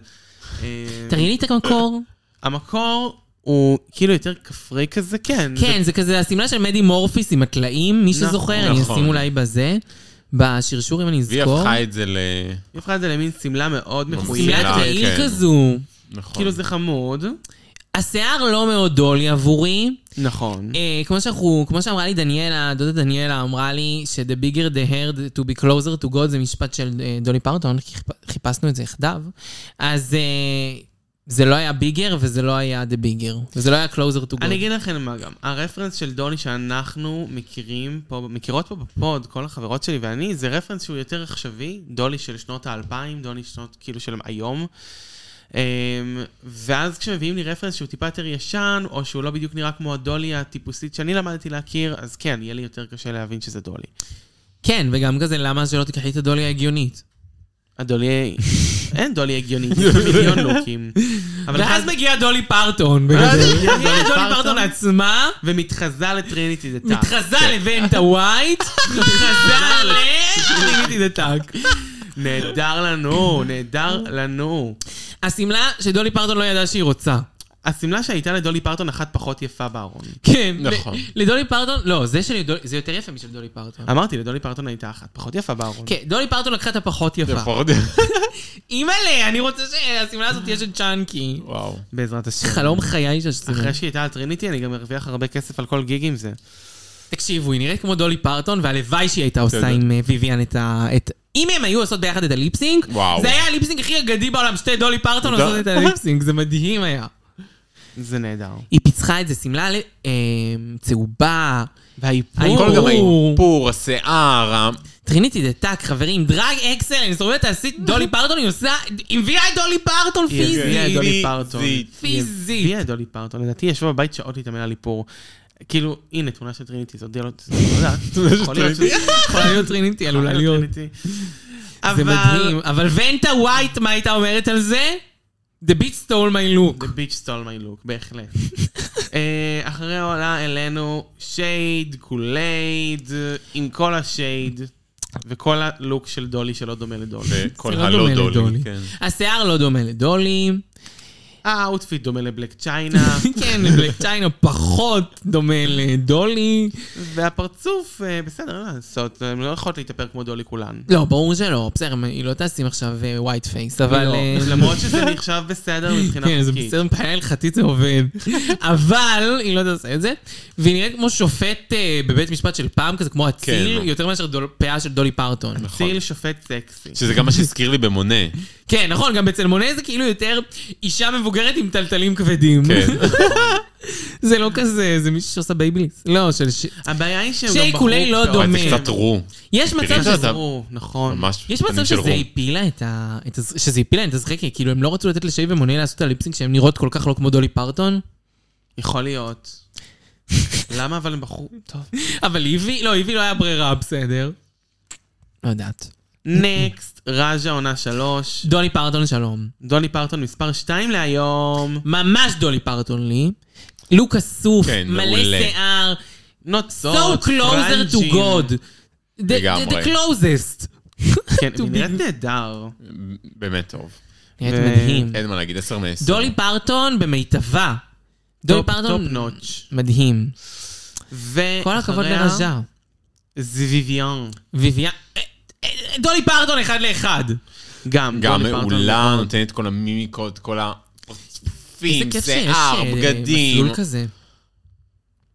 אה, תראי לי את המקור. המקור הוא כאילו יותר כפרי כזה, כן. כן, זה כזה השמלה של מדי מורפיס עם הטלאים, מי שזוכר, אני נכון. אשים אולי בזה, בשרשור אם אני והיא אזכור. הפכה את זה ל... היא הפכה את זה למין שמלה מאוד שמלת מחויבת. שמלה. העיר כן. כזו. נכון. כאילו זה חמוד. השיער לא מאוד דולי עבורי. נכון. אה, כמו שאנחנו, כמו שאמרה לי דניאלה, דודה דניאלה אמרה לי ש-The bigger the herd to be closer to God זה משפט של אה, דולי פרטון, כי חיפ- חיפשנו את זה יחדיו. אז אה, זה לא היה ביגר וזה לא היה The bigger, וזה לא היה closer to God. אני אגיד לכם מה גם, הרפרנס של דוני שאנחנו מכירים פה, מכירות פה בפוד, כל החברות שלי ואני, זה רפרנס שהוא יותר עכשווי, דולי של שנות האלפיים, דוני שנות, כאילו של היום. אמ, ואז כשמביאים לי רפרנס שהוא טיפה יותר ישן, או שהוא לא בדיוק נראה כמו הדולי הטיפוסית שאני למדתי להכיר, אז כן, יהיה לי יותר קשה להבין שזה דולי. כן, וגם כזה, למה שלא תיקחי את הדולי ההגיונית? הדולי... אין דולי הגיוני, יש לה מיליון לוקים. אבל ואז אחד... מגיע דולי פרטון, בגדול. ואז מגיע מגיעה דולי דולי פרטון. פרטון לא עצמה, כן. ומתחזה לטריניטי דה טאק. מתחזה לבנטה [laughs] ווייט, מתחזה נכון. ל... לטריניטי דה טאק. נהדר לנו, נהדר לנו. השמלה שדולי פרטון לא ידעה שהיא רוצה. השמלה שהייתה לדולי פרטון אחת פחות יפה בארון. כן. נכון. ל- לדולי פרטון, לא, זה של דולי, זה יותר יפה משל דולי פרטון. אמרתי, לדולי פרטון הייתה אחת פחות יפה בארון. כן, דולי פרטון לקחה את הפחות זה יפה. פחות- [laughs] אימא'לה, אני רוצה שהשמלה הזאת תהיה של צ'אנקי. וואו. בעזרת השם. חלום חיי של השמלה. אחרי שהיא הייתה על טריניטי, אני גם ארוויח הרבה כסף על כל גיג עם זה. תקשיבו, היא נראית כמו דולי פרטון, והלוואי שהיא הייתה עושה בסדר. עם אה, ויויאן את ה... את- אם הם היו עושות ביחד את הליפסינג, וואו. זה היה הליפסינג הכי אגדי בעולם, שתי דולי פרטון תודה. עושות את הליפסינג, זה מדהים היה. זה נהדר. היא פיצחה את זה, שמלה ל- אה, צהובה, והאיפור... כל גם ברור. האיפור, השיער, ה- טריניטי דה טאק, חברים, דרג אקסל, אני מסתובבת על [laughs] סית דולי פרטון, היא עושה, היא הביאה את דולי פרטון היא הביאה פיזית. את [laughs] דולי פיזית. פרטון. פיזית. הביאה את דולי פרטון. לדעתי היא ישבה בבית שעות להתאמן על איפור. כאילו, הנה תמונה של טריניטי, זאת דיאלוג. לא יודעת. יכול להיות שזה- יכולה להיות טריניטי, עלולה להיות. טריניטי. זה מדהים. אבל... אבל ונטה ווייט, מה הייתה אומרת על זה? The beat stole my The look. bitch stole my look, בהחלט. [laughs] אה, אחרי העולה אלינו שייד, קולייד, עם כל השייד, וכל הלוק של דולי שלא דומה לדולי. וכל זה לא הלא דומה לדולי. דולי. כן. השיער לא דומה לדולי. האוטפיט דומה לבלק [laughs] צ'יינה, כן, לבלק צ'יינה פחות דומה לדולי. והפרצוף, אה, בסדר, אין מה לעשות, הן לא יכולות להתאפר כמו דולי כולן. לא, ברור שלא, בסדר, היא לא תשים עכשיו ווייט פייס, אבל... לא, אה, למרות שזה נחשב בסדר מבחינה כן, זה חוקית. בסדר, מבחינה הלכתית זה עובד. אבל היא לא תעשה את זה. והיא נראית כמו שופט אה, בבית משפט של פעם, כזה כמו אציל, כן. יותר מאשר דול- פאה של דולי פרטון. ציל שופט סקסי. שזה גם מה שהזכיר לי במונה. [laughs] כן, [laughs] נכון, גם בצלמוני זה כאילו יותר אישה מבוגרת עם טלטלים כבדים. כן. זה לא כזה, זה מישהו שעושה בייביליס. לא, של... ש- הבעיה היא שהם שיקולי גם לא בחרו... כבר- דומה. אולי תסתתרו. יש מצב תראי שזה... שאתה חזרו, נכון. ממש יש מצב פנים שזה של רום. הפילה את ה... את הז- שזה הפילה את הזחקי, כאילו הם לא רצו לתת לשי ומוני לעשות את הליפסינג שהן נראות כל כך לא כמו דולי פרטון, יכול להיות. [laughs] למה אבל הם בחרו... טוב. אבל איבי, לא, איבי לא היה ברירה, בסדר. לא יודעת. נקסט, ראז'ה עונה שלוש. דולי פרטון שלום. דולי פרטון מספר 2 להיום. ממש דולי פרטון לי. לוק אסוף, כן, מלא מעולה. שיער, so נוצות, closer to God. The- The, לגמרי. the closest. [laughs] כן, To היא נראית אה, be- נהדר. באמת טוב. נראית ו- מדהים. אין מה להגיד, עשר מעשר. דולי פרטון במיטבה. דולי טופ פרטון... נוטש. מדהים. כל ואחריה... הכבוד לרז'ה. זיוויאן. ויביאן... אה, אה, דולי פרטון אחד לאחד. גם, גם דולי פרטון מעולה, מאוד. נותנת כל המימיקות, כל הפרצופים, איזה כיף שיש, שיער, אה, בגדים. מסלול כזה.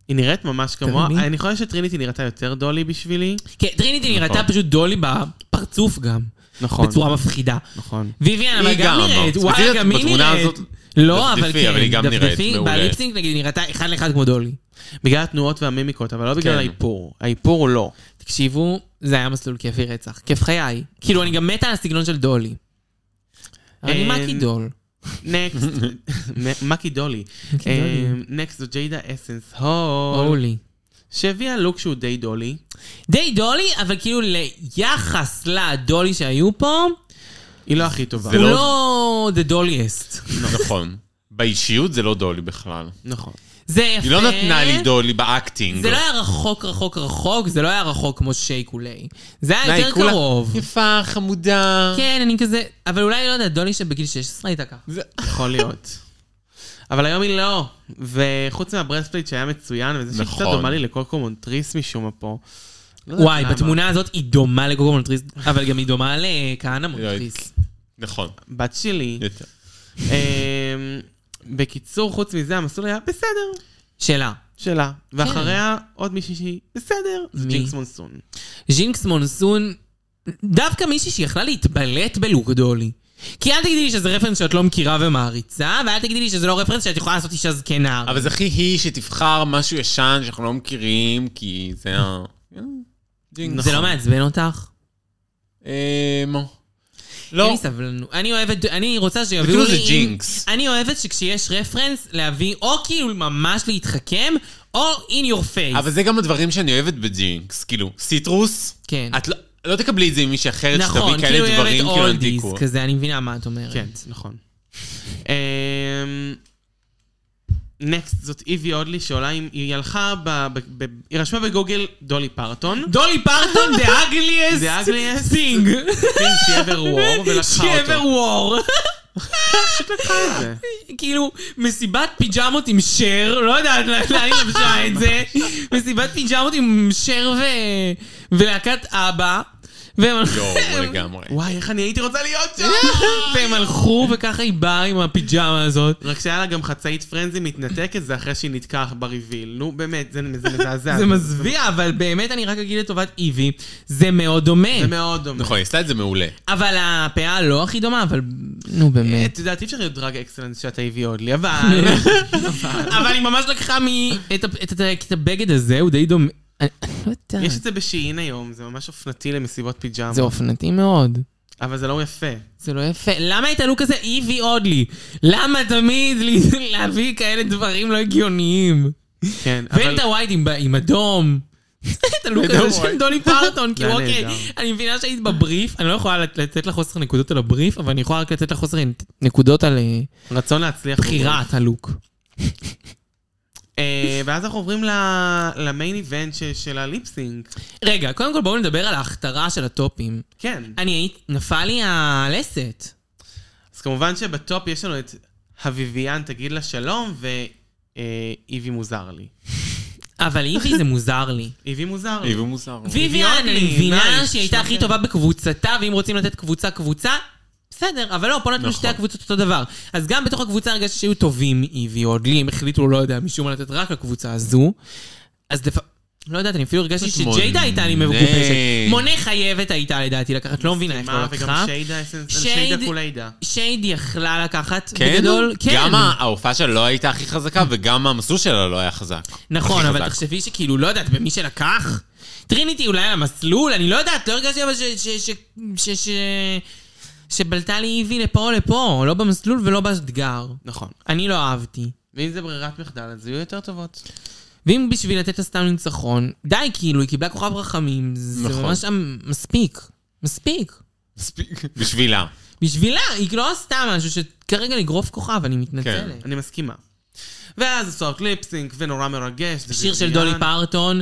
היא נראית ממש כמוה. תראי. אני חושב שטריניטי נראתה יותר דולי בשבילי. כן, טריניטי נכון. נראתה פשוט דולי בפרצוף גם. נכון. בצורה מפחידה. נכון. ויויאן, אבל היא גם גם, נראית, אבל וואלה, ספציפית גם היא בתמונה נראית. הזאת, לא, אבל דפדפי, כן, אבל היא גם נראית דפדפי, מעולה. בליפסינג נגיד היא נראתה אחד לאחד כמו דולי. בגלל התנועות והמימיקות, אבל לא בגלל כן. האיפור. האיפור הוא לא. תקשיבו, זה היה מסלול כיפי רצח. כיף חיי. כאילו, אני גם מתה על הסגנון של דולי. אבל אני אה, אמ, מקי דול. נקסט, מ- מקי דולי. מקי דולי. אמ, נקסט זו ג'יידה אסנס הול, אולי. שהביאה לוק שהוא די דולי. די דולי, אבל כאילו ליחס לדולי שהיו פה, היא לא הכי טובה. זה הוא לא- לא the דוליest. [laughs] נכון. באישיות זה לא דולי בכלל. נכון. זה יפה. היא לא נתנה לי דולי באקטינג. כן. זה לא היה רחוק, רחוק, רחוק, זה לא היה רחוק כמו שייקולי. זה היה נה, היא יותר כולה קרוב. יפה, חמודה. כן, אני כזה, אבל אולי, לא יודע, דולי שבגיל 16 הייתה ככה. יכול להיות. אבל היום היא לא. וחוץ מהברספליט שהיה מצוין, וזה שהיא קצת נכון. דומה לי לקוקו מונטריס משום מה פה. לא יודעת וואי, למה. בתמונה הזאת היא דומה לקוקו מונטריס, אבל גם היא דומה לכהנא מונטריס. נכון. בת [laughs] שלי. יותר. אמ, בקיצור, חוץ מזה, המסלול היה בסדר שאלה, שלה. ואחריה עוד מישהי שהיא בסדר, זה מי? ג'ינקס מונסון. ז'ינקס מונסון, דווקא מישהי שיכלה להתבלט בלוק דולי. כי אל תגידי לי שזה רפרנס שאת לא מכירה ומעריצה, ואל תגידי לי שזה לא רפרנס שאת יכולה לעשות אישה זקנה. אבל זה הכי היא שתבחר משהו ישן שאנחנו לא מכירים, כי זה ה... נכון. זה לא מעצבן אותך? אמ, לא. אין לא, לי סבלנות. אני אוהבת, אני רוצה שיביאו לי... כאילו זה אם- ג'ינקס. אני אוהבת שכשיש רפרנס, להביא או כאילו ממש להתחכם, או in your face. אבל זה גם הדברים שאני אוהבת בג'ינקס. כאילו, סיטרוס, כן. את לא- לא תקבלי את זה ממישהי אחרת שתביא נכון, כאילו כאלה היא אוהבת דברים כאילו אולדיס אנטיקו. כזה, אני מבינה מה את אומרת. כן, נכון. אמ, נקסט זאת איבי אודלי שעולה עם, היא הלכה, ב, ב, ב, היא רשמה בגוגל דולי פרטון, דולי פרטון, the ugliest The ugliest thing. פין [laughs] שבר וור, ולקחה שבר אותו. וור. לקחה את זה. כאילו, מסיבת פיג'מות עם שר, לא יודעת לאן היא לבשה את זה. מסיבת פיג'מות עם שר ו- ולהקת אבא. והם- לא, [laughs] לגמרי. וואי, איך אני הייתי רוצה להיות שם! והם הלכו, וככה היא באה עם הפיג'מה הזאת. רק שהיה לה גם חצאית פרנזי מתנתקת, זה אחרי שהיא נתקעה בריביל. נו, באמת, זה זה מזעזע. זה מזוויע, אבל באמת אני רק אגיד לטובת איבי, זה מאוד דומה. זה מאוד דומה. נכון, היא עשתה את זה מעולה. אבל הפאה לא הכי דומה, אבל... נו, אה, באמת. את יודעת, אי אפשר להיות דרג אקסלנס שאתה הביא עוד לי, [laughs] אבל... אבל היא ממש לקחה מ... את ה- את ה- את הבגד הזה, הוא די דומה. אני אני לא יש יודעת. את זה בשיעין היום, זה ממש אופנתי למסיבות פיג'מה. זה אופנתי מאוד. אבל זה לא יפה. זה לא יפה. למה את הלוק הזה איבי עוד לי? למה תמיד לי- [laughs] להביא כאלה דברים לא הגיוניים? כן, אבל... ואין את הווייד עם ב- עם אדום. [laughs] את הלוק את הזה של הווייד. דולי [laughs] פרטון, כאילו זה אוקיי, נהדר. אני מבינה שהיית בבריף, אני לא יכולה לת- לתת לך חוסר נקודות על הבריף, אבל אני יכולה רק לתת לך חוסר נקודות על אה, רצון להצליח. בחירת הלוק. אה, ואז אנחנו עוברים ל- למיין איבנט ש- של הליפסינג. רגע, קודם כל בואו נדבר על ההכתרה של הטופים. כן. אני הייתי, נפל לי הלסת. אז כמובן שבטופ יש לנו את הוויביאן תגיד לה שלום, אה, ואיבי מוזר לי. אבל איבי זה מוזר [laughs] לי. איבי מוזר לי. היא ומוזר. ויויאן, אני לי, מבינה נייס, שהיא הייתה הכי שלכם. טובה בקבוצתה, ואם רוצים לתת קבוצה קבוצה, בסדר, אבל לא, פה נתנו נכון. שתי הקבוצות אותו דבר. אז גם בתוך הקבוצה הרגשתי שהיו טובים איבי או לי, הם החליטו, לא יודע, משום מה לתת רק לקבוצה הזו. אז לפ... לא יודעת, אני אפילו הרגשתי פשוט שג'יידה הייתה לי מונה. מגובשת. מונה חייבת הייתה לדעתי לקחת, לא מבינה איך לא מה, לקחה. וגם שיידה, שיידה שייד- קוליידה. שייד יכלה לקחת, כן? בגדול, כן. גם ההופעה שלה לא הייתה הכי חזקה, וגם המסלול שלה לא היה חזק. נכון, הכי אבל חזק. תחשבי שכאילו, לא יודעת, במי שלקח? טריניטי אולי על המסלול, אני לא יודעת, לא הרגשתי אבל ש... ש... ש... ש... ש... שבלטה לי איבי לפה או לפה, לא במסלול ולא באתגר. נכון. אני לא אהבתי. ואם זה ברירת מחדל, אז יהיו יותר טובות. ואם בשביל לתת לה סתם ניצחון, די, כאילו, היא קיבלה כוכב רחמים, זה נכון. ממש אמ- מספיק. מספיק. מספיק. בשבילה. בשבילה, היא לא עשתה משהו שכרגע לגרוף כוכב, אני כן. מתנצלת. אני מסכימה. ואז עושות ליפסינק, ונורא מרגש. זה שיר של מצוין. דולי פרטון.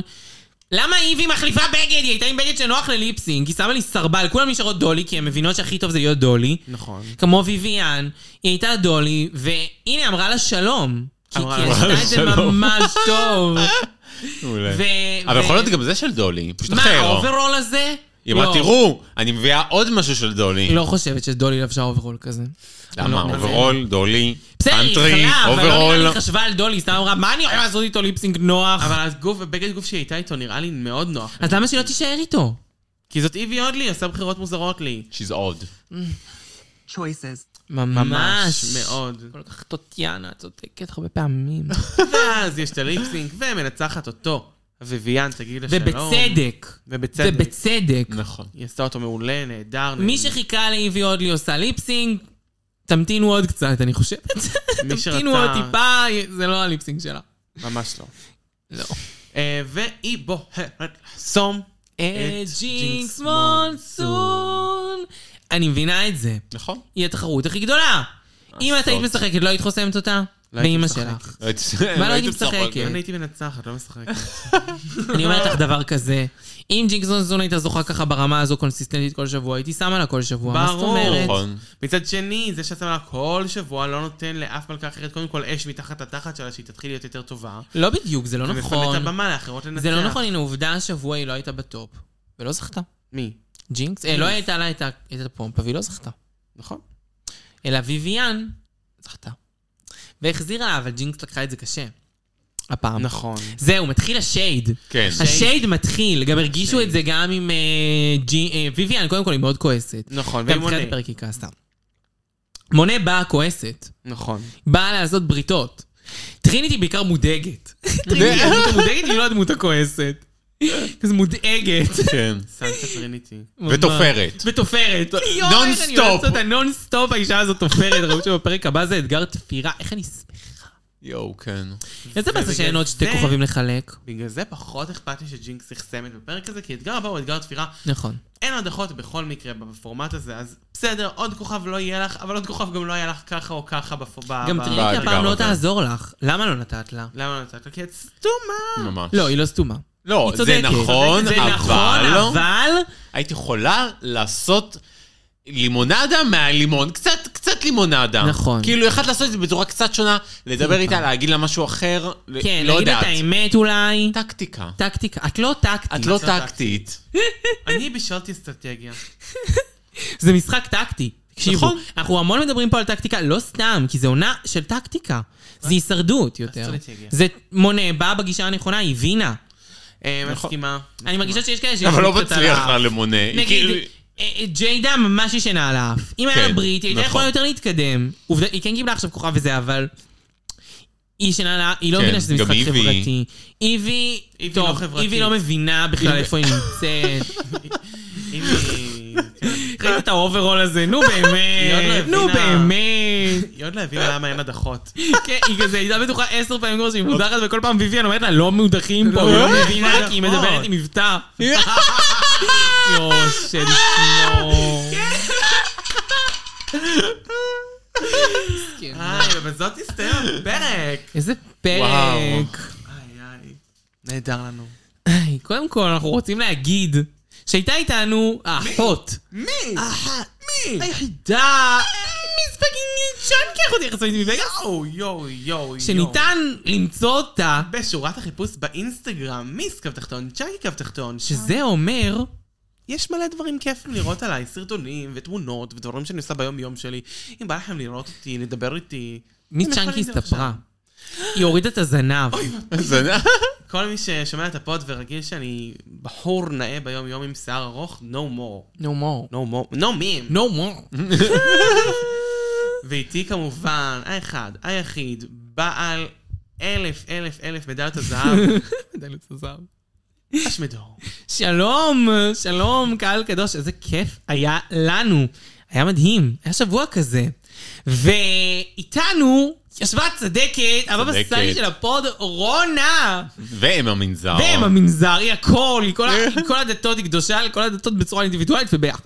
למה איבי מחליפה בגד? היא הייתה עם בגד שנוח לליפסינג, היא שמה לי סרבל, כולם נשארות דולי, כי הן מבינות שהכי טוב זה להיות דולי. נכון. כמו ויויאן, היא הייתה דולי, והנה אמרה לה שלום. כי כי אמרה היא לה עשתה את זה שלום. ממש [laughs] טוב. מעולה. ו- אבל ו- יכול להיות גם זה של דולי, פשוט מה, אחר. לא? האוברול הזה? היא אמרה, לא. תראו, אני מביאה עוד משהו של דולי. היא לא חושבת שדולי לבשה אוברול כזה. למה? אוברול, דולי, בסדר, היא פנטרי, יכלה, אבל לא נראה לי אוברול. היא חשבה על דולי, היא סתם אמרה, מה אני יכולה לעשות איתו ליפסינג נוח? אבל הגוף, בגד גוף שהיא הייתה איתו נראה לי מאוד נוח. אז למה שלא תישאר איתו? כי זאת איבי אודלי, עושה בחירות מוזרות לי. She's odd. choices. ממש. מאוד. כל כך טוטיאנה, את צודקת הרבה [laughs] פעמים. ואז יש את הליפסינק, ומנצחת אותו. וויאן, תגיד לה שלום. ובצדק. ובצדק. ובצדק. נכון. היא עשתה אותו מעולה, נהדר. מי נהדר. שחיכה לאיבי אודלי עושה ליפסינג, תמתינו עוד קצת, אני חושבת. [laughs] מי שרצה- תמתינו עוד טיפה, זה לא הליפסינג שלה. ממש לא. לא. אה, והיא בוחרת לחסום. את ג'ינקס ג'ינקס מונסון. אני מבינה את זה. נכון. היא התחרות הכי גדולה. אם את היית משחקת, לא היית חוסמת אותה? לא הייתי באמא משחקת. שלך. מה לא הייתי משחקת? אני הייתי מנצחת, לא משחקת. אני אומרת לך דבר כזה, אם ג'ינקס זון הייתה זוכה ככה ברמה הזו קונסיסטנטית כל שבוע, הייתי שמה לה כל שבוע, מה זאת ברור. אומרת? נכון. מצד שני, זה שאת שמה לה כל שבוע לא נותן לאף מלכה אחרת, קודם כל אש מתחת לתחת שלה, שהיא תתחיל להיות יותר טובה. לא בדיוק, זה לא ומפנה את נכון. הבמה לאחרות לנצח. זה לא נכון, הנה עובדה, השבוע היא לא הייתה בטופ, ולא זכתה. מי? ג'ינקס, אה, לא הייתה לה את ה- את הפומפה והיא לא זכתה. נכון. אלא ויויאן זכתה. והחזירה לה, אבל ג'ינקס לקחה את זה קשה. הפעם. נכון. זהו, מתחיל השייד. כן. השייד מתחיל, גם הרגישו את זה גם עם אה, ג'י- אה, ויויאן, קודם כל היא מאוד כועסת. נכון, גם והיא בתחילת מונה. הפרק היא כעסה. מונה באה כועסת. נכון. באה לעשות בריתות. טריניטי בעיקר מודאגת. טריניטי הדמות המודאגת היא לא הדמות הכועסת. כזה מודאגת. כן. סנסה טריניטי. [laughs] ותופרת. ותופרת. נונסטופ. נונסטופ. נונסטופ האישה הזאת תופרת. ראו שבפרק הבא זה אתגר תפירה. איך אני... ס- יואו, כן. איזה ובגלל באסה שאין עוד שתי זה- כוכבים לחלק. בגלל זה פחות אכפת לי שג'ינקס נחסמת בפרק הזה, כי אתגר הבא הוא אתגר תפירה. נכון. אין הדחות בכל מקרה בפורמט הזה, אז בסדר, עוד כוכב לא יהיה לך, אבל עוד כוכב גם לא היה לך ככה או ככה בפ... ב- גם ב- טריניטי באתגר הפעם לא הזה. תעזור לך. למה לא נתת לה? למה לא נתת? כי את סתומה! ממש. לא, היא לא סתומה. לא, היא זה צודקת. נכון, זה נכון, אבל... לא. אבל... הייתי יכולה לעשות לימונדה מהלימון, קצת, קצת לימונדה. נכון. כאילו, יכולת לעשות את זה בצורה קצת שונה, לדבר איתה, להגיד לה משהו אחר, ל- כן, לא להגיד לה יודעת. את האמת אולי. טקטיקה. טקטיקה. את לא טקטית. את לא את לא טקטית. אני בישלתי אסטרטגיה. זה משחק טקטי. תקשיבו, נכון. אנחנו המון מדברים פה על טקטיקה, לא סתם, כי זה עונה של טקטיקה. זה הישרדות יותר. אסטרטגיה. זה מונה, באה בגישה הנכונה, היא הבינה. אה, נכון. מסכימה. אני מרגישה שיש כאלה שיש... נכון. אבל לא לי קצת על מצליח האף. לה למונה. היא נגיד, כאילו- [laughs] אה, אה, ג'יידה ממש ישנה על האף. אם היה כן, לה ברית, היא הייתה נכון. יכולה יותר להתקדם. עובדה, היא כן קיבלה עכשיו כוכב וזה, אבל... היא ישנה על האף, היא לא כן, מבינה שזה גם משחק איבי. חברתי. איבי, איבי לא טוב, חברתית. איבי לא מבינה בכלל איפה היא נמצאת. אם היא... כן. ראית את האוברול הזה, נו היא עוד לא באמת, הבינה. נו באמת. היא עוד לא הבינה למה אין הדחות. [laughs] כן, היא כזה הייתה בטוחה עשר פעמים כבר שהיא מודחת, וכל פעם ויויאן אומרת לה, לא מודחים פה, היא לא מבינה, כי היא מדברת עם מבטא. יואו, שלשמור. איי, ובזאת הסתיים הפרק. איזה וואו. פרק. איי, איי. נהדר לנו. היי, קודם כל, אנחנו רוצים להגיד שהייתה איתנו האחות. מי? האחת. מי? היחידה. מיס פאקינג צ'אנקי, אחותי יחסית מווגאס. יואו, יואו, יואו. שניתן למצוא אותה, בשורת החיפוש באינסטגרם, מיס קו תחתון, צ'אקי קו תחתון, שזה אומר... יש מלא דברים כיפים לראות עליי, סרטונים ותמונות ודברים שאני עושה ביום יום שלי. אם בא לכם לראות אותי, לדבר איתי... מיס אתם יכולים צ'אנקי לראות הסתפרה. היא הורידה את הזנב. זה- [laughs] כל מי ששומע את הפוד ורגיל שאני בחור נאה ביום-יום עם שיער ארוך, no more. No more. no more, no meme. No more. ואיתי כמובן, האחד, היחיד, בעל אלף, אלף, אלף מדליות הזהב, [laughs] [laughs] דלת הזהב. אשמדור. [laughs] שלום, שלום, קהל קדוש, איזה כיף היה לנו. היה מדהים, היה שבוע כזה. ואיתנו ישבה הצדקת, הבבא צדקת. אה. סאלי של הפוד, רונה. והם המנזר. והם המנזר, היא הכל, היא כל אה. ה- היא כל הדתות, היא קדושה לכל הדתות בצורה אינדיבידואלית [laughs] וביחד.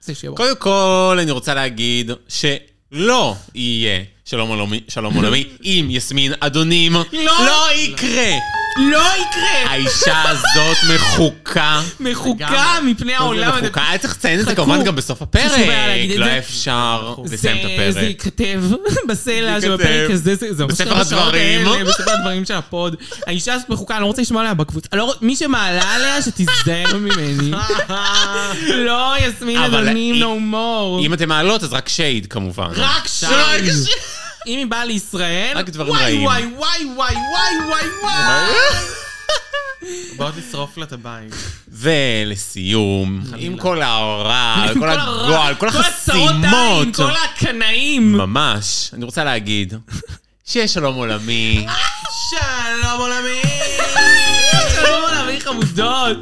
זה שיהיה ברור. קודם כל, אני רוצה להגיד שלא יהיה שלום עולמי, [laughs] שלום עולמי עם יסמין אדונים. לא יקרה. לא אה, יקרה! האישה הזאת מחוקה. מחוקה מפני העולם. מחוקה. היה צריך לציין את זה חכו. כמובן גם בסוף הפרק. חשוב היה להגיד את לא זה. היה אפשר זה- לסיים את הפרק. זה ייכתב [laughs] בסלע של ייכתב. הפרק הזה, זה- זה ממש בספר כמה שעות הדברים. האלה, בספר הדברים של הפוד. האישה הזאת מחוקה, אני לא רוצה לשמוע עליה בקבוצה. אני לא רוצ- מי שמעלה עליה, שתזדהר [laughs] ממני. לא, יסמין אבל אדונים, היא- no more. אם אתם מעלות, אז רק שייד כמובן. רק רק שיין. אם היא באה לישראל, רק דברים וואי רעים. וואי וואי וואי וואי וואי וואי. באות לשרוף לה את הבית. ולסיום, עם כל הרע, כל הגועל, כל הצרות העין, החסימות. כל הקנאים. ממש. אני רוצה להגיד, שיהיה שלום עולמי. שלום עולמי! שלום עולמי חמודות.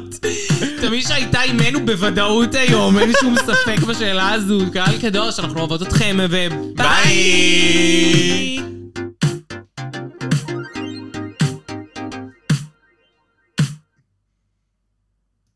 תמיד שהייתה עימנו בוודאות היום, אין שום ספק בשאלה הזו. קהל קדוש, אנחנו אוהבות אתכם, וביי! ביי!